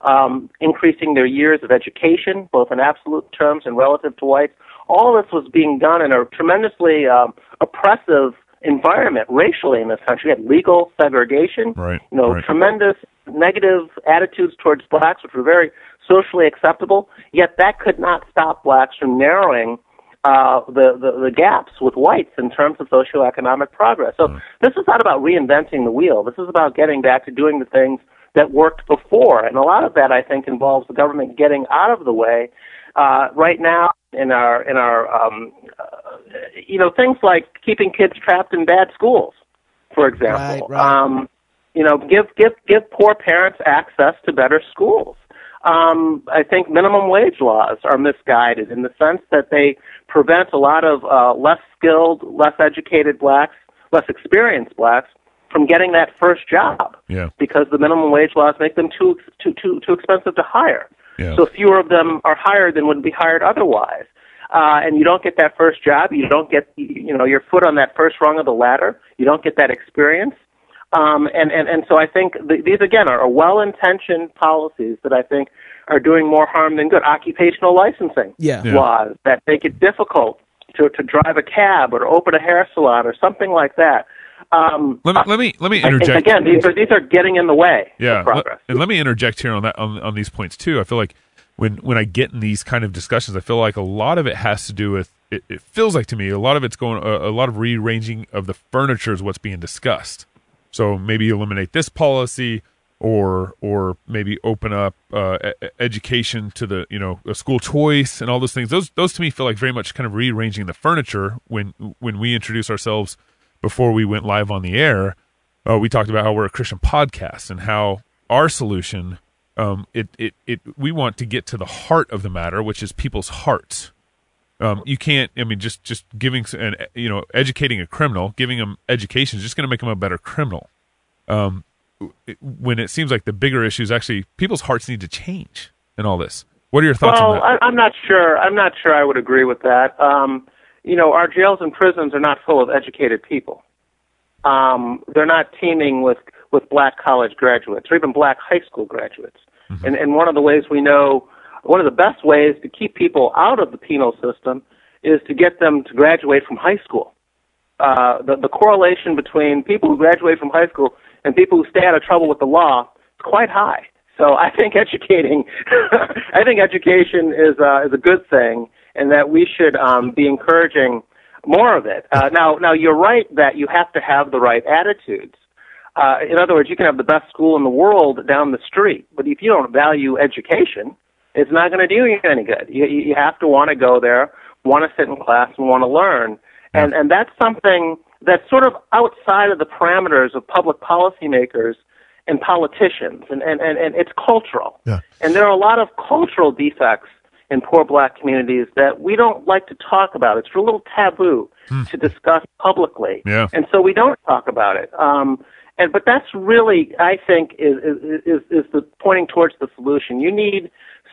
N: um, increasing their years of education, both in absolute terms and relative to whites. All this was being done in a tremendously um, oppressive environment racially in this country. We had legal segregation,
F: Right.
N: you know,
F: right.
N: tremendous negative attitudes towards blacks, which were very socially acceptable. Yet that could not stop blacks from narrowing uh, the, the the gaps with whites in terms of socioeconomic progress. So this is not about reinventing the wheel. This is about getting back to doing the things that worked before, and a lot of that I think involves the government getting out of the way. Uh, right now, in our in our um, uh, you know things like keeping kids trapped in bad schools, for example. Um, you know, give give give poor parents access to better schools. Um, I think minimum wage laws are misguided in the sense that they prevent a lot of uh, less skilled, less educated blacks, less experienced blacks
J: from getting that first job
F: Yeah.
J: because the minimum wage laws make them too too too, too expensive to hire.
F: Yeah.
J: So fewer of them are hired than would be hired otherwise. Uh, and you don't get that first job. You don't get you know your foot on that first rung of the ladder. You don't get that experience. Um, and, and, and so I think th- these, again, are well-intentioned policies that I think are doing more harm than good. Occupational licensing
K: Yeah. Yeah.
J: laws that make it difficult to, to drive a cab or to open a hair salon or something like that. Um,
F: Let me let me let me
J: I think,
F: interject.
J: again, these are, these are getting in the way.
F: yeah,
J: progress.
F: let- and let me interject here on that on, on these points too. I feel like when when I get in these kind of discussions, I feel like a lot of it has to do with it, it feels like to me a lot of it's going a, a lot of rearranging of the furniture is what's being discussed. So maybe eliminate this policy or or maybe open up uh, e- e- education to the you know a school choice and all those things. Those those to me feel like very much kind of rearranging the furniture when when we introduce ourselves before we went live on the air uh, we talked about how we're a Christian podcast and how our solution um, it, it it we want to get to the heart of the matter, which is people's hearts. Um, you can't. I mean, just just giving s- an you know educating a criminal, giving them education is just going to make them a better criminal. Um, w- it- when it seems like the bigger issue is actually people's hearts need to change in all this. What are your thoughts
J: well,
F: on that?
J: oh, I, I'm not sure. I'm not sure I would agree with that. Um, you know, our jails and prisons are not full of educated people. Um, they're not teeming with with black college graduates or even black high school graduates. And, and one of the ways we know, one of the best ways to keep people out of the penal system is to get them to graduate from high school. Uh, the, the correlation between people who graduate from high school and people who stay out of trouble with the law is quite high. So (laughs) I think educating, (laughs) I think education is uh, is a good thing, and that we should um, be encouraging more of it. Uh, now, now you're right that you have to have the right attitudes. Uh, in other words, you can have the best school in the world down the street, but if you don't value education, it's not going to do you any good. You, you you have to want to go there, want to sit in class, and want to learn. And, and that's something that's sort of outside of the parameters of public policymakers and politicians, and, and, and, and it's cultural.
N: Yeah.
J: And there are a lot of cultural defects in poor black communities that we don't like to talk about. It's a little taboo to discuss publicly.
O: Yeah.
J: And so we don't talk about it. Um, and but that's really, I think, is is is, is the pointing towards the solution. You need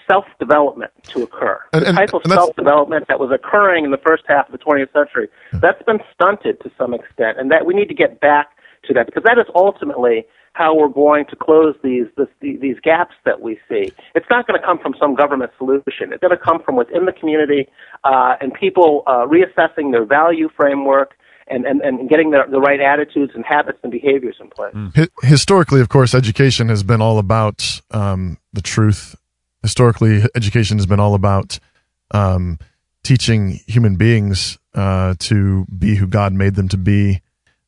J: self development to occur.
N: And- and-
J: the type of
N: and that's-
J: self development that was occurring in the first half of the 20th century that's been stunted to some extent, and that we need to get back to that because that is ultimately how we're going to close these this, the- these gaps that we see. It's not going to come from some government solution. It's going to come from within the community uh, and people uh, reassessing their value framework and and, and getting the, the right attitudes and habits and behaviors in place.
N: Hi- historically, of course, education has been all about um, the truth. Historically, education has been all about um, teaching human beings uh, to be who God made them to be,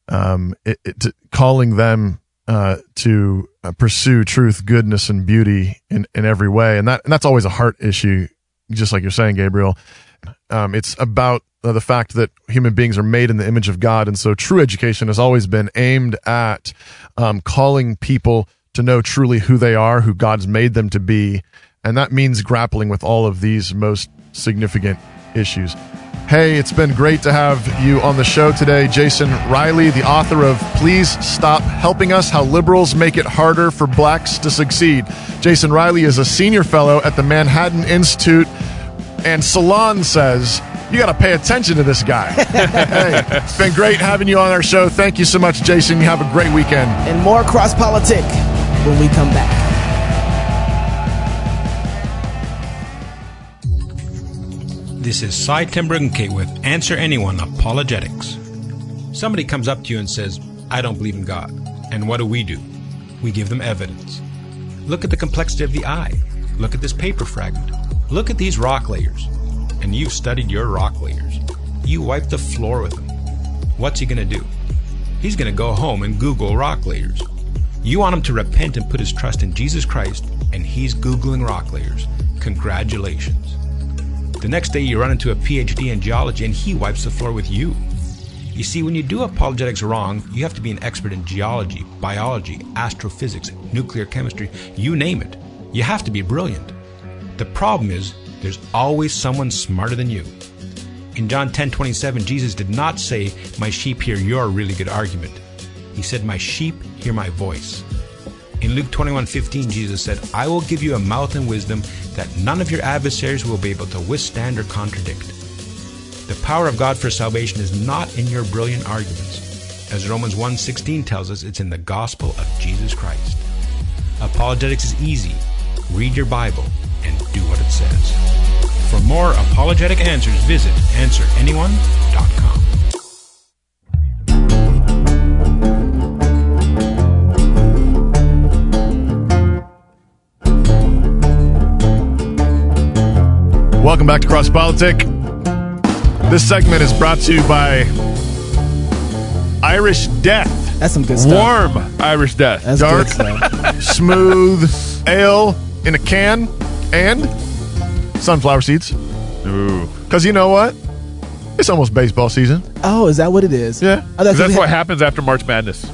N: um, it, it, to- calling them uh, to uh, pursue truth, goodness, and beauty in, in every way. And, that, and that's always a heart issue, just like you're saying, Gabriel. Um, it's about uh, the fact that human beings are made in the image of God. And so true education has always been aimed at um, calling people to know truly who they are, who God's made them to be. And that means grappling with all of these most significant issues. Hey, it's been great to have you on the show today. Jason Riley, the author of Please Stop Helping Us How Liberals Make It Harder for Blacks to Succeed. Jason Riley is a senior fellow at the Manhattan Institute and Salon says, you got to pay attention to this guy. hey, it's been great having you on our show. Thank you so much, Jason. You have a great weekend.
K: And more cross politic when we come back.
L: This is Cy Tim Bruggenke with Answer Anyone Apologetics. Somebody comes up to you and says, I don't believe in God. And what do we do? We give them evidence. Look at the complexity of the eye. Look at this paper fragment. Look at these rock layers. And you've studied your rock layers. You wipe the floor with them. What's he going to do? He's going to go home and Google rock layers. You want him to repent and put his trust in Jesus Christ, and he's Googling rock layers. Congratulations. The next day, you run into a PhD in geology and he wipes the floor with you. You see, when you do apologetics wrong, you have to be an expert in geology, biology, astrophysics, nuclear chemistry, you name it. You have to be brilliant. The problem is, there's always someone smarter than you. In John 10:27, Jesus did not say, My sheep hear your really good argument.
P: He said, My sheep hear my voice. In Luke 21:15, Jesus said, I will give you a mouth and wisdom that none of your adversaries will be able to withstand or contradict. The power of God for salvation is not in your brilliant arguments. As Romans 1:16 tells us, it's in the gospel of Jesus Christ. Apologetics is easy. Read your Bible and do what it says. For more apologetic answers, visit answeranyone.com.
J: Welcome back to Cross Politic. This segment is brought to you by Irish Death.
K: That's some good stuff.
J: Warm Irish Death.
K: That's
J: Dark,
K: good
J: (laughs)
K: stuff.
J: smooth ale in a can and sunflower seeds.
F: Ooh.
J: Because you know what? It's almost baseball season.
K: Oh, is that what it is?
J: Yeah.
K: Oh, that's
F: that's
K: what
F: what happens after March Madness.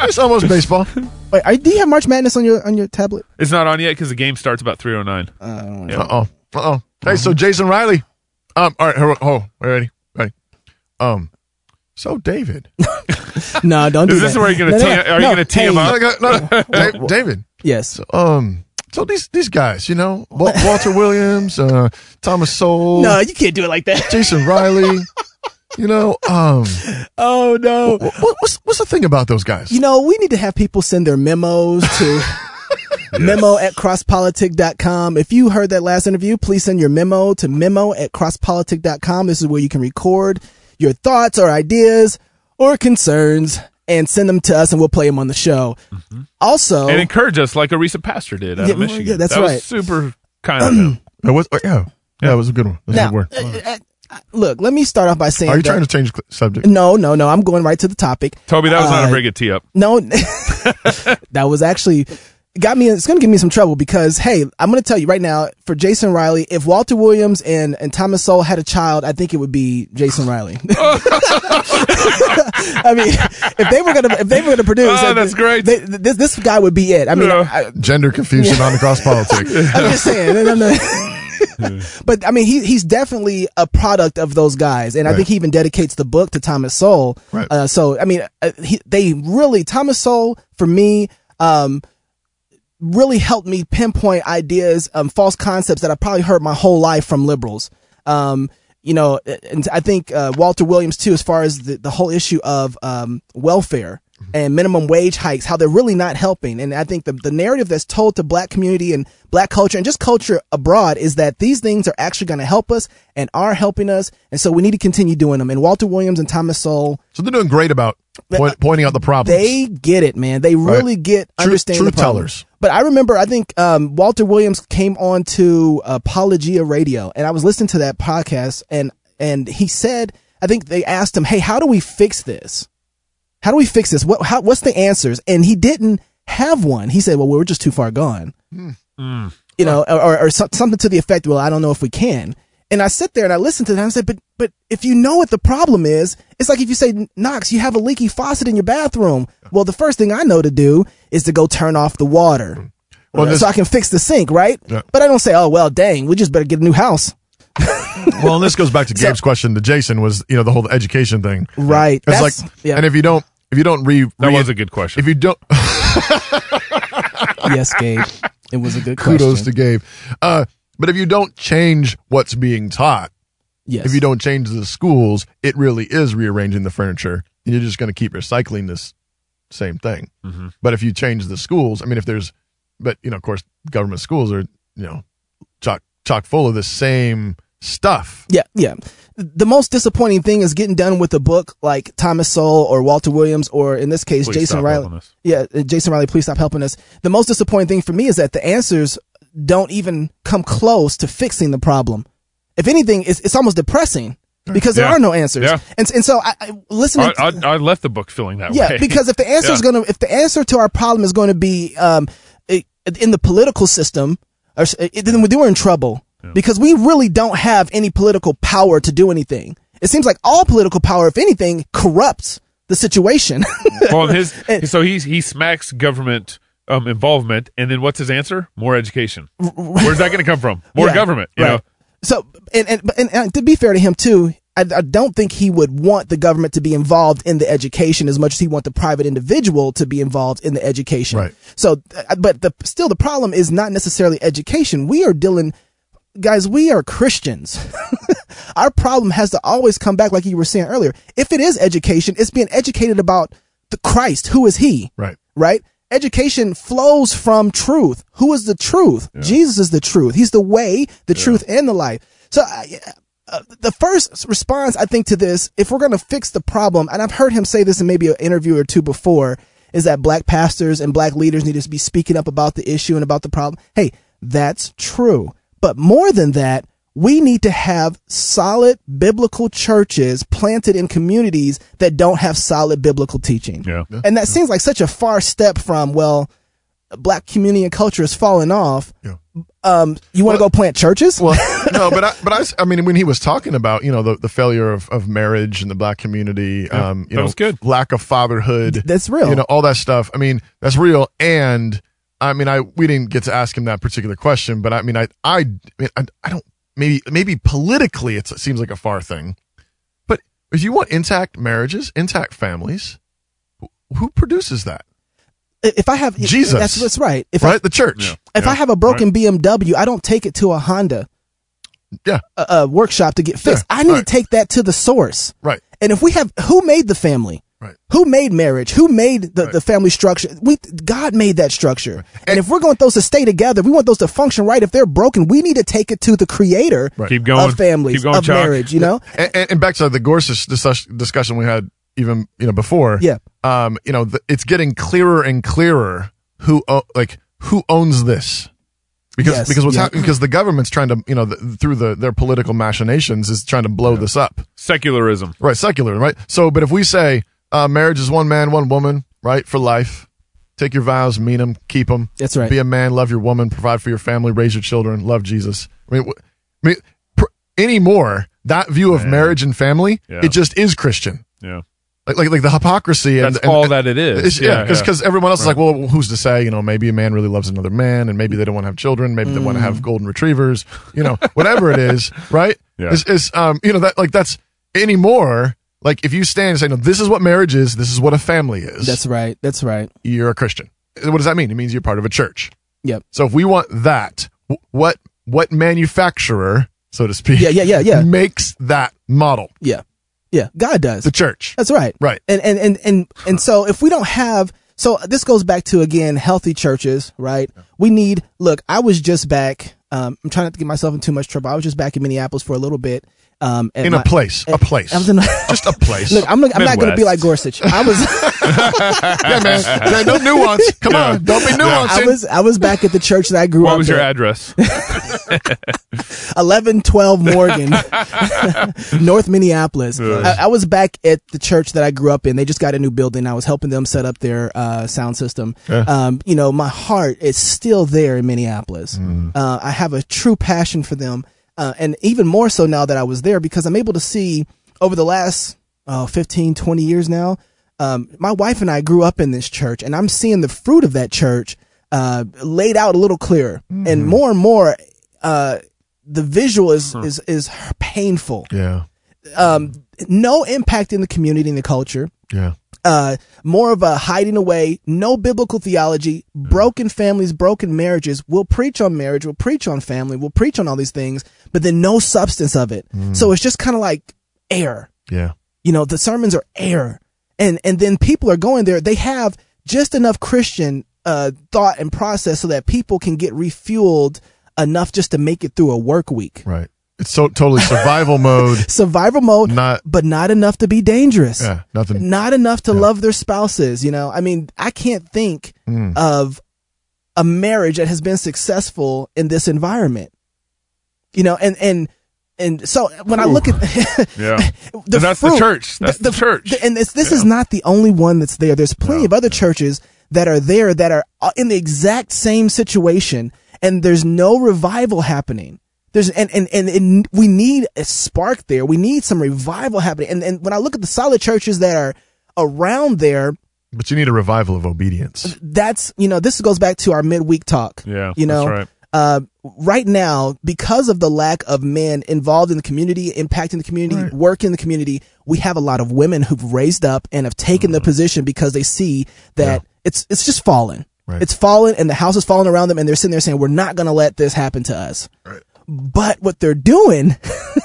J: It's almost baseball.
K: Wait, are, do you have March Madness on your on your
J: (laughs)
K: tablet?
F: It's not on yet because the game starts about three oh nine.
J: Uh oh. Uh oh. Hey, so Jason Riley. Um. All right. here we- Oh, we're ready. Ready. Um. So David,
K: No, don't do
J: Is
K: that.
J: this where you're
K: No,
J: gonna
K: no,
J: tee-
K: no.
J: are you
K: No,
J: gonna tee him
K: hey.
J: up? No, no, no. Hey, David.
K: Yes.
J: So, um. So these these guys, you know, Wa- Walter Williams, uh, Thomas
K: (laughs)
J: Sowell.
K: No, you can't do it like that.
J: Jason Riley. You know, um.
K: Oh no.
J: wh- wh- what's what's the thing about those guys?
K: You know, we need to have people send their memos
J: (laughs)
K: to memo at crosspolitic.com. If you heard that last interview, please send your memo to memo at crosspolitic.com. This is where you can record your thoughts or ideas or concerns and send them to us and we'll play them on the show.
J: Mm-hmm.
K: Also,
F: And encourage us like a recent pastor did out
K: Yeah,
F: of
K: well,
F: Michigan.
K: yeah, that's
F: that was
K: right.
F: super kind of
K: (clears throat)
F: him.
J: That was oh, yeah. Yeah, it was a good one. That was a
K: now,
J: good word.
K: uh, uh, uh, look, let me start off by saying
J: Are you
K: that-
J: trying to change cl- subject?
K: No, no, no. I'm going right to the topic.
F: Toby, that was not
K: Uh,
F: a very good tee up.
K: No, (laughs) that was actually got me. It's going to give me some trouble because hey, I'm going to tell you right now for Jason Riley, if Walter Williams and and Thomas Sowell had a child, I think it would be Jason Riley. (laughs) I mean, if they were going to if they were going to produce,
F: Oh, that's
K: great. They, this this guy would be it. I mean, I,
J: Gender
K: (laughs)
J: confusion on the cross politic.
K: I'm
F: (laughs)
K: just saying. No, no, no. (laughs) but I mean, he he's definitely a product of those guys, and I
J: Right.
K: think he even dedicates the book to Thomas Sowell.
J: Right.
K: Uh, so I mean, uh, he, they really Thomas Sowell for me. Um, really helped me pinpoint ideas, um, false concepts that I probably heard my whole life from liberals. Um, you know, and I think uh, Walter Williams too, as far as the, the whole issue of um, welfare and minimum wage hikes, how they're really not helping. And I think the, the narrative that's told to black community and black culture and just culture abroad is that these things are actually going to help us and are helping us. And so we need to continue doing them. And Walter Williams and Thomas Sowell, uh,
J: So they're doing great about point, pointing out the problems.
K: they get it, man. They really
J: Right.
K: get
J: Truth-
K: understanding
J: truth
K: the problem.
J: tellers.
K: But I remember, I think um, Walter Williams came on to Apologia Radio, and I was listening to that podcast, and and he said, I think they asked him, "Hey, how do we fix this? How do we fix this? What how, what's the answers?" And he didn't have one. He said, "Well, we're just too far gone." you know, or, or, or some- something to the effect, well, I don't know if we can. And I sit there and I listen to that. And I said, but, but if you know what the problem is, it's like if you say, Knox, you have a leaky faucet in your bathroom. Well, the first thing I know to do is to go turn off the water.
J: Mm-hmm. Well,
K: Uh,
J: this-
K: so I can fix the sink, right?
J: Yeah.
K: But I don't say, oh, well, dang, we just better get a new house.
J: well, and this goes back to Gabe's question to Jason was you know the whole education thing.
K: Right.
J: It's
K: That's-
J: like,
K: yeah.
J: and if you don't, if you don't re,
F: That
J: re-
F: was a good question.
J: If you don't,
K: yes, Gabe. It was a good
J: (laughs) kudos
K: question.
J: to Gabe. Uh, but if you don't change what's being taught,
K: yes.
J: if you don't change the schools, it really is rearranging the furniture, and you're just going to keep recycling this same thing. But if you change the schools, I mean, if there's, but you know, of course, government schools are you know chock chock full of the same stuff.
K: Yeah, yeah. The most disappointing thing is getting done with a book like Thomas Sowell or Walter Williams or in this case
F: Please
K: Jason
F: stop
K: Riley.
F: helping us.
K: Yeah, uh, Jason Riley, please stop helping us. The most disappointing thing for me is that the answers don't even come close to fixing the problem. If anything, it's, it's almost depressing because there
F: Yeah.
K: are no answers.
F: Yeah.
K: And and so I, I listening
F: I, I, I left the book feeling that
K: yeah,
F: way.
K: because if the answer is
F: Yeah.
K: going to if the answer to our problem is going to be um, i- in the political system, or, s- i- then we're- then we're in trouble because we really don't have any political power to do anything. It seems like all political power, if anything, corrupts the situation. (laughs)
F: well, his
J: (laughs)
F: so he he smacks government um, involvement, and then what's his answer? More education. Where's that going to come from? More
K: Yeah,
F: government. You
K: right.
F: know,
K: So and and, but- and and to be fair to him too, I, I don't think he would want the government to be involved in the education as much as he want the private individual to be involved in the education.
J: Right.
K: So, uh, but the still the problem is not necessarily education. We are dealing, guys. We are Christians. (laughs) Our problem has to always come back, like you were saying earlier. If it is education, it's being educated about the Christ. Who is He?
J: Right.
K: Right. Education flows from truth. Who is the truth? Jesus is the truth. He's the way, the truth, and the life. So I, uh, the first response I think to this, if we're going to fix the problem, and I've heard him say this in maybe an interview or two before, is that black pastors and black leaders need to be speaking up about the issue and about the problem. Hey, that's true. But more than that, we need to have solid biblical churches planted in communities that don't have solid biblical teaching.
F: Yeah.
K: And that seems like such a far step from, well, black community and culture is falling off. Um, you want to go plant churches? Well,
J: (laughs) no, but I, but I, s- I mean, when he was talking about you know the, the failure of, of marriage in the black community,
F: Yeah,
J: um, you
F: that
J: know,
F: was good.
J: lack of fatherhood,
K: that's real.
J: you know, all that stuff. I mean, that's real. And I mean, I we didn't get to ask him that particular question, but I mean, I I I, mean, I, I don't maybe maybe politically it's, it seems like a far thing, but if you want intact marriages, intact families, wh- who produces that?
K: If I have
J: Jesus,
K: that's, that's right. If
J: right,
K: I,
J: the church.
K: If I have a broken BMW, I don't take it to a Honda,
J: yeah,
K: a, a workshop to get fixed. I need to take that to the source,
J: right?
K: And if we have who made the family,
J: right?
K: Who made marriage? Who made the, the family structure? We God made that structure, and, if we're going those to stay together, we want those to function right. If they're broken, we need to take it to the Creator
F: Keep going.
K: of families
F: Keep going,
K: of
F: Chuck.
K: marriage. You know,
J: and, and, and back to the Gorsuch discuss- discussion we had even you know before.
K: Yeah.
J: Um. You know, the, it's getting clearer and clearer who o- like who owns this because
F: Yes,
J: because what's
F: yeah.
J: happening because the government's trying to you know the, through the their political machinations is trying to blow this up.
F: Secularism.
J: Right. Secular. Right. So, but if we say uh, marriage is one man, one woman, right for life. Take your vows, mean them, keep them.
K: That's right.
J: Be a man, love your woman, provide for your family, raise your children, love Jesus. I mean, wh- I mean pr- anymore that view of marriage and family,
F: Yeah.
J: it just is Christian.
F: Yeah.
J: Like, like, like the hypocrisy and,
F: That's
J: and-
F: all
J: and-
F: that it is.
J: It's-
F: Yeah,
J: yeah, because
F: yeah.
J: everyone else is like, well, who's to say? You know, maybe a man really loves another man, and maybe they don't want to have children. Maybe they want to
F: Mm.
J: have golden retrievers. You know, whatever it
K: (laughs)
J: is, right?
F: Yeah.
J: Is, is um, you know that like that's anymore. Like if you stand and say, no, this is what marriage is. This is what a family is.
K: That's right. That's right.
J: You're a Christian. What does that mean? It means you're part of a church.
K: Yep.
J: So if we want that, wh- what what manufacturer, so to speak,
K: Yeah, yeah, yeah, yeah.
J: makes that model?
K: Yeah. Yeah, God does.
J: The church.
K: That's right.
J: Right.
K: And and and and, and so if we don't have so this goes back to again healthy churches, right? We need look, I was just back um, I'm trying not to get myself in too much trouble. I was just back in Minneapolis for a little bit. Um, at
J: In a
K: my-
J: place, a
K: at-
J: place.
K: I was in a,
J: Just a place.
K: Look, I'm, I'm not going to be
J: Midwest.
K: like Gorsuch. I was
J: (laughs) yeah, man. Yeah, no
F: (laughs)
J: nuance. Come on, don't be nuanced.
K: I was I was back at the church that I grew
F: What
K: up
F: was your
K: in.
J: (laughs)
F: address?
K: 1112
J: (laughs)
K: Morgan, (laughs) North Minneapolis.
F: Ugh.
K: I, I was back at the church that I grew up in. They just got a new building. I was helping them set up their uh, sound system.
Q: Yeah.
K: Um, you know, my heart is still there in Minneapolis. Uh, I have a true passion for them. Uh, and even more so now that I was there because I'm able to see over the last uh, 15, 20 years now, um, my wife and I grew up in this church and I'm seeing the fruit of that church uh, laid out a little clearer. And more and more, uh, the visual is is is painful.
J: Yeah.
K: Um, no impact in the community and the culture.
J: Yeah.
K: Uh, more of a hiding away, no biblical theology,
J: Mm.
K: broken families, broken marriages. We'll preach on marriage, we'll preach on family, we'll preach on all these things, but then no substance of it. So it's just kind of like air.
J: Mm. Yeah.
K: You know, the sermons are air. And and then people are going there. They have just enough Christian uh, thought and process so that people can get refueled enough just to make it through a work week.
J: Right. It's so totally survival mode.
K: (laughs) Survival mode,
J: Not-
K: but not enough to be dangerous.
J: Yeah, nothing.
K: Not enough to love their spouses. You know, I mean, I can't think
J: Mm.
K: of a marriage that has been successful in this environment. You know, and and and so when I
F: Ooh.
K: look (laughs) at
F: yeah.
K: the
F: that's
K: fruit-
F: the church. That's the, church.
K: and this this is not the only one that's there. There's plenty of other churches that are there that are uh, in the exact same situation, and there's no revival happening. There's and and and, and we need a spark there. We need some revival happening. And and when I look at the solid churches that are around there,
J: But you need a revival of obedience.
K: that's you know this goes back to our midweek talk.
J: Yeah,
K: you
J: that's
K: know,
J: right.
K: uh, right now, because of the lack of men involved in the community, impacting the community, work in the community, we have a lot of women who've raised up and have taken
J: Mm-hmm.
K: their position because they see that it's it's just fallen.
Q: Right.
K: It's fallen, and the house is falling around them, and they're sitting there saying, "We're not going to let this happen to us." But what they're doing (laughs)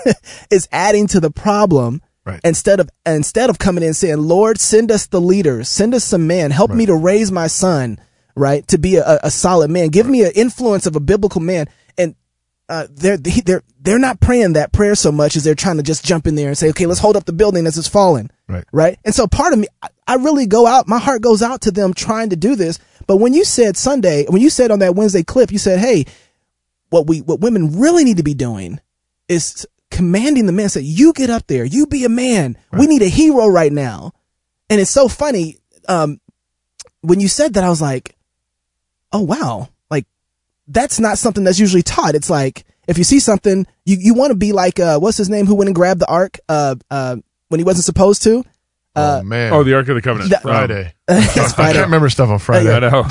K: is adding to the problem. Instead of instead of coming in saying, "Lord, send us the leaders, send us some men, help me to raise my son, right, to be a, a solid man, give me an influence of a biblical man," and uh, they're they're they're not praying that prayer so much as they're trying to just jump in there and say, "Okay, let's hold up the building as it's falling."
J: Right.
K: Right. And so part of me, I, I really go out, my heart goes out to them trying to do this. But when you said Sunday, when you said on that Wednesday clip, you said, Hey, what we, what women really need to be doing is commanding the men, say, you get up there, you be a man. We need a hero right now. And it's so funny. Um, when you said that, I was like, Oh wow. Like that's not something that's usually taught. It's like if you see something, you, you want to be like uh, what's his name who went and grabbed the ark uh, uh, when he wasn't supposed to. Uh,
J: oh man!
F: Oh, the Ark of the Covenant. (laughs)
K: That-
F: Friday.
J: I can't remember stuff on Friday.
F: I know.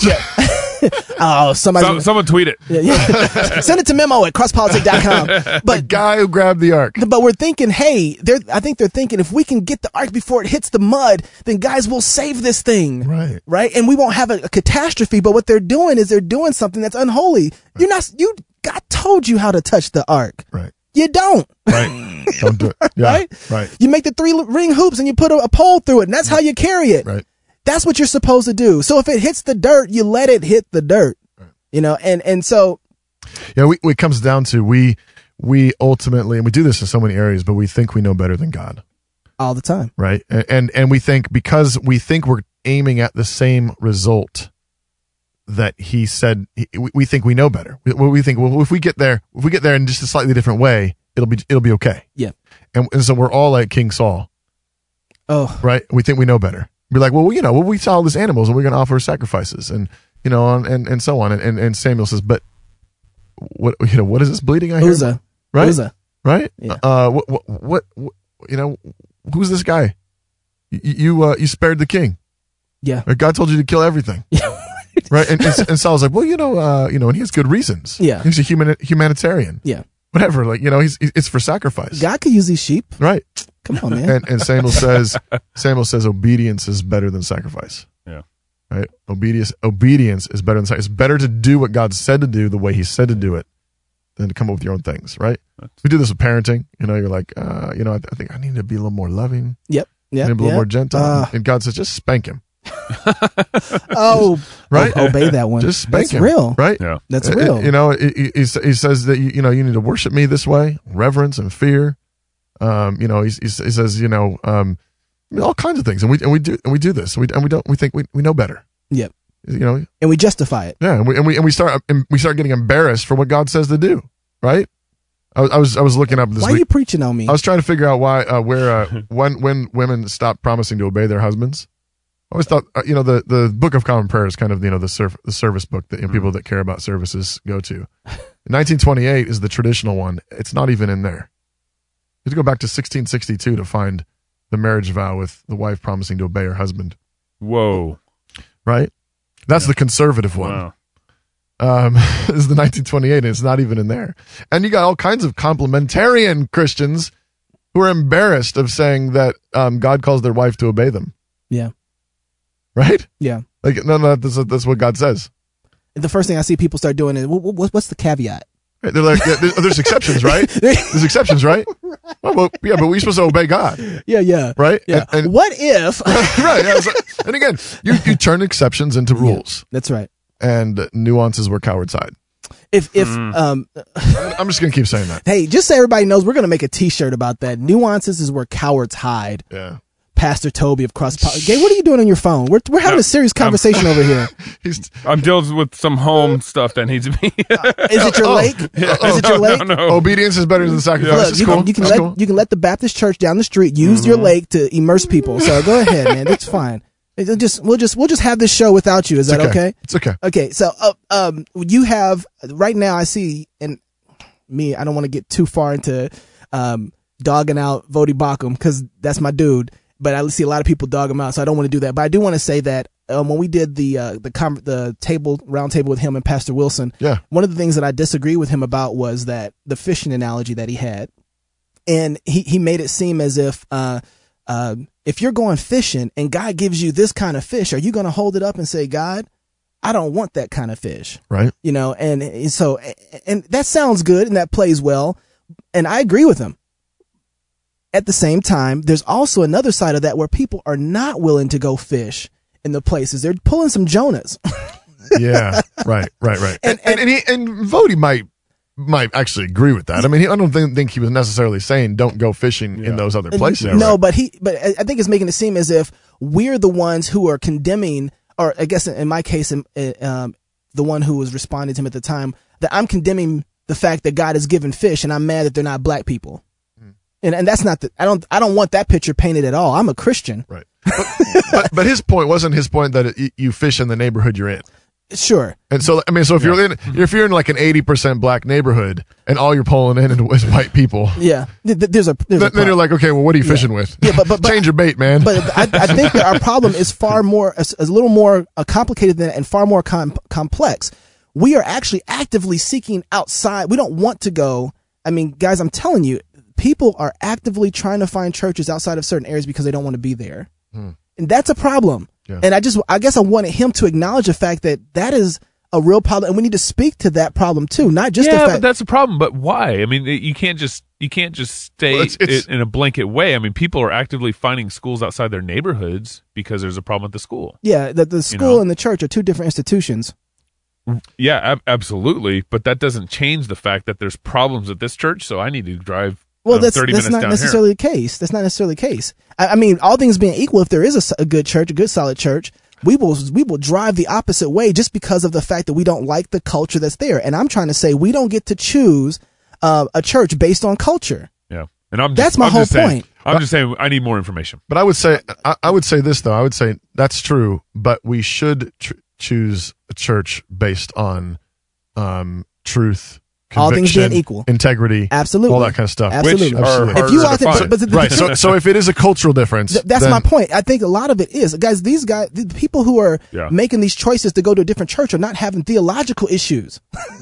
K: oh, somebody.
F: Some- someone tweet it.
K: Yeah, (laughs) yeah. (laughs) Send it to memo at (laughs) crosspolitic.com. But
J: guy who grabbed the ark.
K: But we're thinking, hey, they're, I think they're thinking if we can get the ark before it hits the mud, then guys will save this thing.
J: Right.
K: Right. And we won't have a, a catastrophe. But what they're doing is they're doing something that's unholy. You're not, you, God told you how to touch the ark.
J: Right.
K: You don't.
J: Right.
K: (laughs)
J: Don't do it. Yeah.
K: Right?
J: Right.
K: You make the three ring hoops and you put a, a pole through it, and that's how you carry it.
J: Right.
K: That's what you're supposed to do. So if it hits the dirt, you let it hit the dirt. You know, and and so
J: Yeah. We, it comes down to we we ultimately and we do this in so many areas, but we think we know better than God.
K: all the time.
J: right A- and and we think because we think we're aiming at the same result that he said he- we we think we know better we, we think well if we get there if we get there in just a slightly different way it'll be it'll be okay
K: Yeah.
J: and, and so we're all like king saul
K: Oh.
J: right we think we know better we're like well you know well, we saw all these animals and we're going to offer sacrifices and you know and and, and so on and, and and samuel says but what you know what is this bleeding i hear
K: Uzzah.
J: right
K: Uzzah.
J: right uh what, what what what you know who's this guy you you, uh, you spared the king.
K: Yeah.
J: Like, God told you to
K: (laughs)
J: kill everything. right. And, and, and Saul's like, well, you know, uh, you know, and he has good reasons.
K: Yeah.
J: He's a human humanitarian.
K: Yeah.
J: Whatever. Like, you know, he's, he's- it's for sacrifice.
K: God could use these sheep.
J: Right.
K: Come on, man.
J: And, and Samuel says, Samuel says, obedience is better than sacrifice.
F: Yeah.
J: Right. Obedience, obedience is better than sacrifice. It's better to do what God said to do the way he said to do it than to come up with your own things. Right. we do this with parenting. You know, you're like, uh, you know, I, I think I need to be a little more loving.
K: Yep.
J: Yeah,
K: Yep.
J: a little
K: yep.
J: more gentle.
K: Uh,
J: and God says, just spank him.
K: oh,
J: (laughs) Right?
K: o- obey that one.
J: Just spank
K: That's
J: him.
K: real.
J: Right?
K: Yeah. That's
J: Uh,
K: real.
J: you know, he, he- he s- he says that, you, you know, you need to worship me this way, reverence and fear. Um, you know, he, he s- he says, you know, um, I mean, all kinds of things. And we, and we do, and we do this. We, and we don't, we think we, we know better.
K: Yep.
J: You know,
K: And we justify it.
J: yeah, and we and we, and we start and we start getting embarrassed for what God says to do, right? I, was- I was I was looking up this.
K: Why
J: week.
K: are you preaching on me?
J: I was trying to figure out why uh, where uh, when when women stop promising to obey their husbands. I always thought uh, you know the the Book of Common Prayer is kind of you know the serv- the service book that you know, people that care about services go to. (laughs) 1928 is the traditional one. It's not even in there. You have to go back to 1662 to find the marriage vow with the wife promising to obey her husband.
F: Whoa.
J: Right? That's the conservative one. Um, this (laughs) is the 1928, and it's not even in there. And you got all kinds of complementarian Christians who are embarrassed of saying that um, God calls their wife to obey them.
K: yeah.
J: Right?
K: Yeah.
J: Like, no, no, that's, that's what God says.
K: The first thing I see people start doing is, "Wh- wh- what's the caveat? (laughs)
J: Right? They're like, yeah, there- there's exceptions, (laughs) right? There's exceptions, (laughs) right? Oh, Well, well, yeah, but we're supposed to obey God,
K: Yeah, yeah.
J: right?
K: Yeah.
J: And, and-
K: what if?
J: (laughs)
K: (laughs)
J: right. yeah, it's like- and again, you, you turn exceptions into rules.
K: that's right.
J: And nuances were coward side.
K: If if
J: Mm.
K: um
J: I'm just gonna keep saying that.
K: hey, just so everybody knows, we're gonna make a T-shirt about that. Nuances is where cowards hide.
J: Yeah.
K: Pastor Toby of Cross. Po- Gay, what are you doing on your phone? We're we're having a serious conversation over here.
F: I'm dealing with some home stuff that needs to be.
K: Is it your
F: Oh.
K: lake?
F: Yeah.
K: Is it your
F: (laughs) No,
K: lake?
F: no, no.
J: Obedience is better than sacrifice.
K: Look,
J: It's
K: you,
J: cool.
K: can, you can
J: It's
K: let
J: cool.
K: you can let the Baptist church down the street use your lake to immerse people. So go ahead, man. That's fine. It'll just we'll just we'll just have this show without you. Is
J: It's
K: that okay?
J: It's okay.
K: Okay. So uh, um, you have right now. I see, and me, I don't want to get too far into um dogging out Vody Bakum because that's my dude. But I see a lot of people dog him out, so I don't want to do that. But I do want to say that um, when we did the uh, the com- the table round table with him and Pastor Wilson,
J: yeah.
K: one of the things that I disagree with him about was that the fishing analogy that he had, and he he made it seem as if uh, uh, if you're going fishing and God gives you this kind of fish, are you going to hold it up and say, God, I don't want that kind of fish?
J: Right.
K: you know and and so and that sounds good and that plays well and i agree with him at the same time there's also another side of that where people are not willing to go fish in the places they're pulling some jonas
J: yeah, right, right, right. And and, and, he, and Vody might might actually agree with that. I mean, he, I don't think, think he was necessarily saying don't go fishing in those other places.
K: no but he but i I think it's making it seem as if we're the ones who are condemning or i guess in, in my case in, in, um, the one who was responding to him at the time that i'm condemning the fact that god has given fish and i'm mad that they're not black people
J: Mm-hmm.
K: and and that's not the i don't i don't want that picture painted at all i'm a christian
J: right but, but his point wasn't his point that it, you fish in the neighborhood you're in.
K: Sure.
J: And so I mean, so if you're in if you're in like an eighty percent black neighborhood and all you're pulling in is white people,
K: yeah Th- th- there's a
J: then,
K: there's a
J: then you're like, okay, well, what are you fishing with? Yeah, but, but change your bait, man.
K: But I, I think that our problem is far more, is a little more uh, complicated than that and far more com- complex. We are actually actively seeking outside. We don't want to go. I mean, guys, I'm telling you, people are actively trying to find churches outside of certain areas because they don't want to be there.
F: Hmm.
K: And that's a problem.
J: Yeah.
K: And I just, I guess I wanted him to acknowledge the fact that that is a real problem. And we need to speak to that problem too, not just
F: yeah,
K: the
F: but
K: fact.
F: that's a problem. But why? I mean, it- you can't just you can't just stay
J: Well, it's- it's-
F: it in a blanket way. I mean, people are actively finding schools outside their neighborhoods because there's a problem at the school.
K: yeah, that the
F: You
K: school and the church are two different institutions.
F: Yeah, ab- absolutely. But that doesn't change the fact that there's problems at this church. So I need to drive.
K: Well,
F: um,
K: that's
F: thirty
K: that's
F: minutes
K: not
F: down
K: necessarily the case. That's not necessarily the case. I, I mean, all things being equal, if there is a s- a, good church, a good solid church, we will we will drive the opposite way just because of the fact that we don't like the culture that's there. And I'm trying to say we don't get to choose uh, a church based on culture.
F: here. Yeah, and I'm
K: That's
F: just-
K: my
F: I'm
K: whole
F: just saying-
K: point.
F: I'm just saying I need more information.
J: But I would say I, I would say this though. I would say that's true, but we should tr- choose a church based on um, truth.
K: All things being
J: conviction,
K: equal.
J: integrity,
K: Absolutely.
J: all that kind of stuff.
K: Absolutely. Which are
J: Absolutely.
K: If you harder out to there- find. but- but-
J: right. So, so if it is a cultural difference,
K: Th- that's
J: then-
K: my point. I think a lot of it is guys. These guys, the people who are
J: Yeah.
K: making these choices to go to a different church are not having theological issues. (laughs)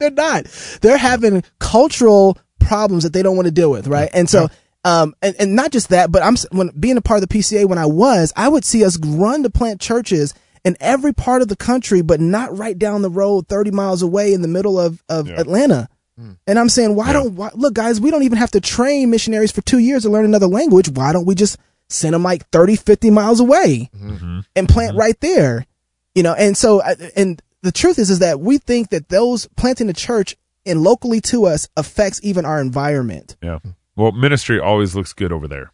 K: They're not. They're having cultural problems that they don't want to deal with, right? And so, um, and, and not just that, but I'm s- when being a part of the PCA when I was, I would see us run to plant churches in every part of the country, but not right down the road, thirty miles away in the middle of of Atlanta. And I'm saying, why don't why, look, guys? We don't even have to train missionaries for two years to learn another language. Why don't we just send them like 30, 50 miles away and plant right there? You know, and so I- and the truth is, is that we think that those planting the church and locally to us affects even our environment.
F: Yeah. Well, ministry always looks good over there.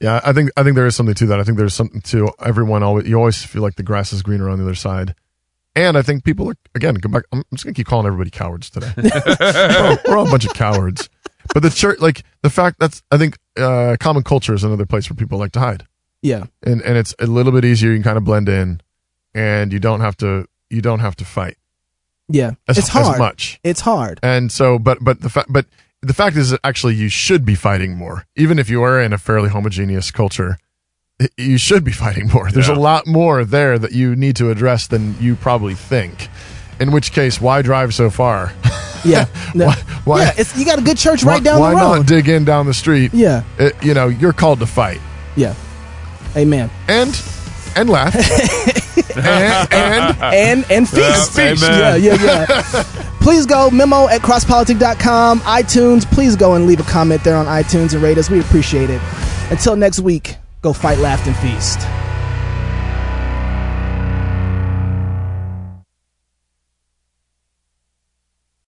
J: Yeah, I think I think there is something to that. I think there's something to everyone. Always, you always feel like the grass is greener on the other side. And I think people are again. Go back. I'm just gonna keep calling everybody cowards today. we're, all, we're all a bunch of cowards. But the church, like the fact that's, I think, uh, common culture is another place where people like to hide,
K: Yeah.
J: and and it's a little bit easier. You can kind of blend in, and you don't have to you don't have to fight.
K: Yeah.
J: As-
K: it's hard.
J: as much.
K: It's hard.
J: And so, but but the fact but the fact is, that actually, you should be fighting more, even if you are in a fairly homogeneous culture. y- You should be (laughs) fighting more. There's
F: Yeah.
J: a lot more there that you need to address than you probably think. In which case, why drive so far? (laughs)
K: Yeah.
J: why, why,
K: yeah. It's, you got a good church right
J: why-
K: down
J: why
K: the road.
J: not dig in down the street?
K: Yeah.
J: It- you know, you're called to fight
K: Yeah. Amen.
J: and
K: (laughs)
J: and laugh and and
K: and and feast. Yeah, yeah,
J: (laughs)
K: yeah. please go memo at crosspolitic.com, iTunes. Please go and leave a comment there on iTunes and rate us. We appreciate it. Until next week, go fight, laugh, and feast.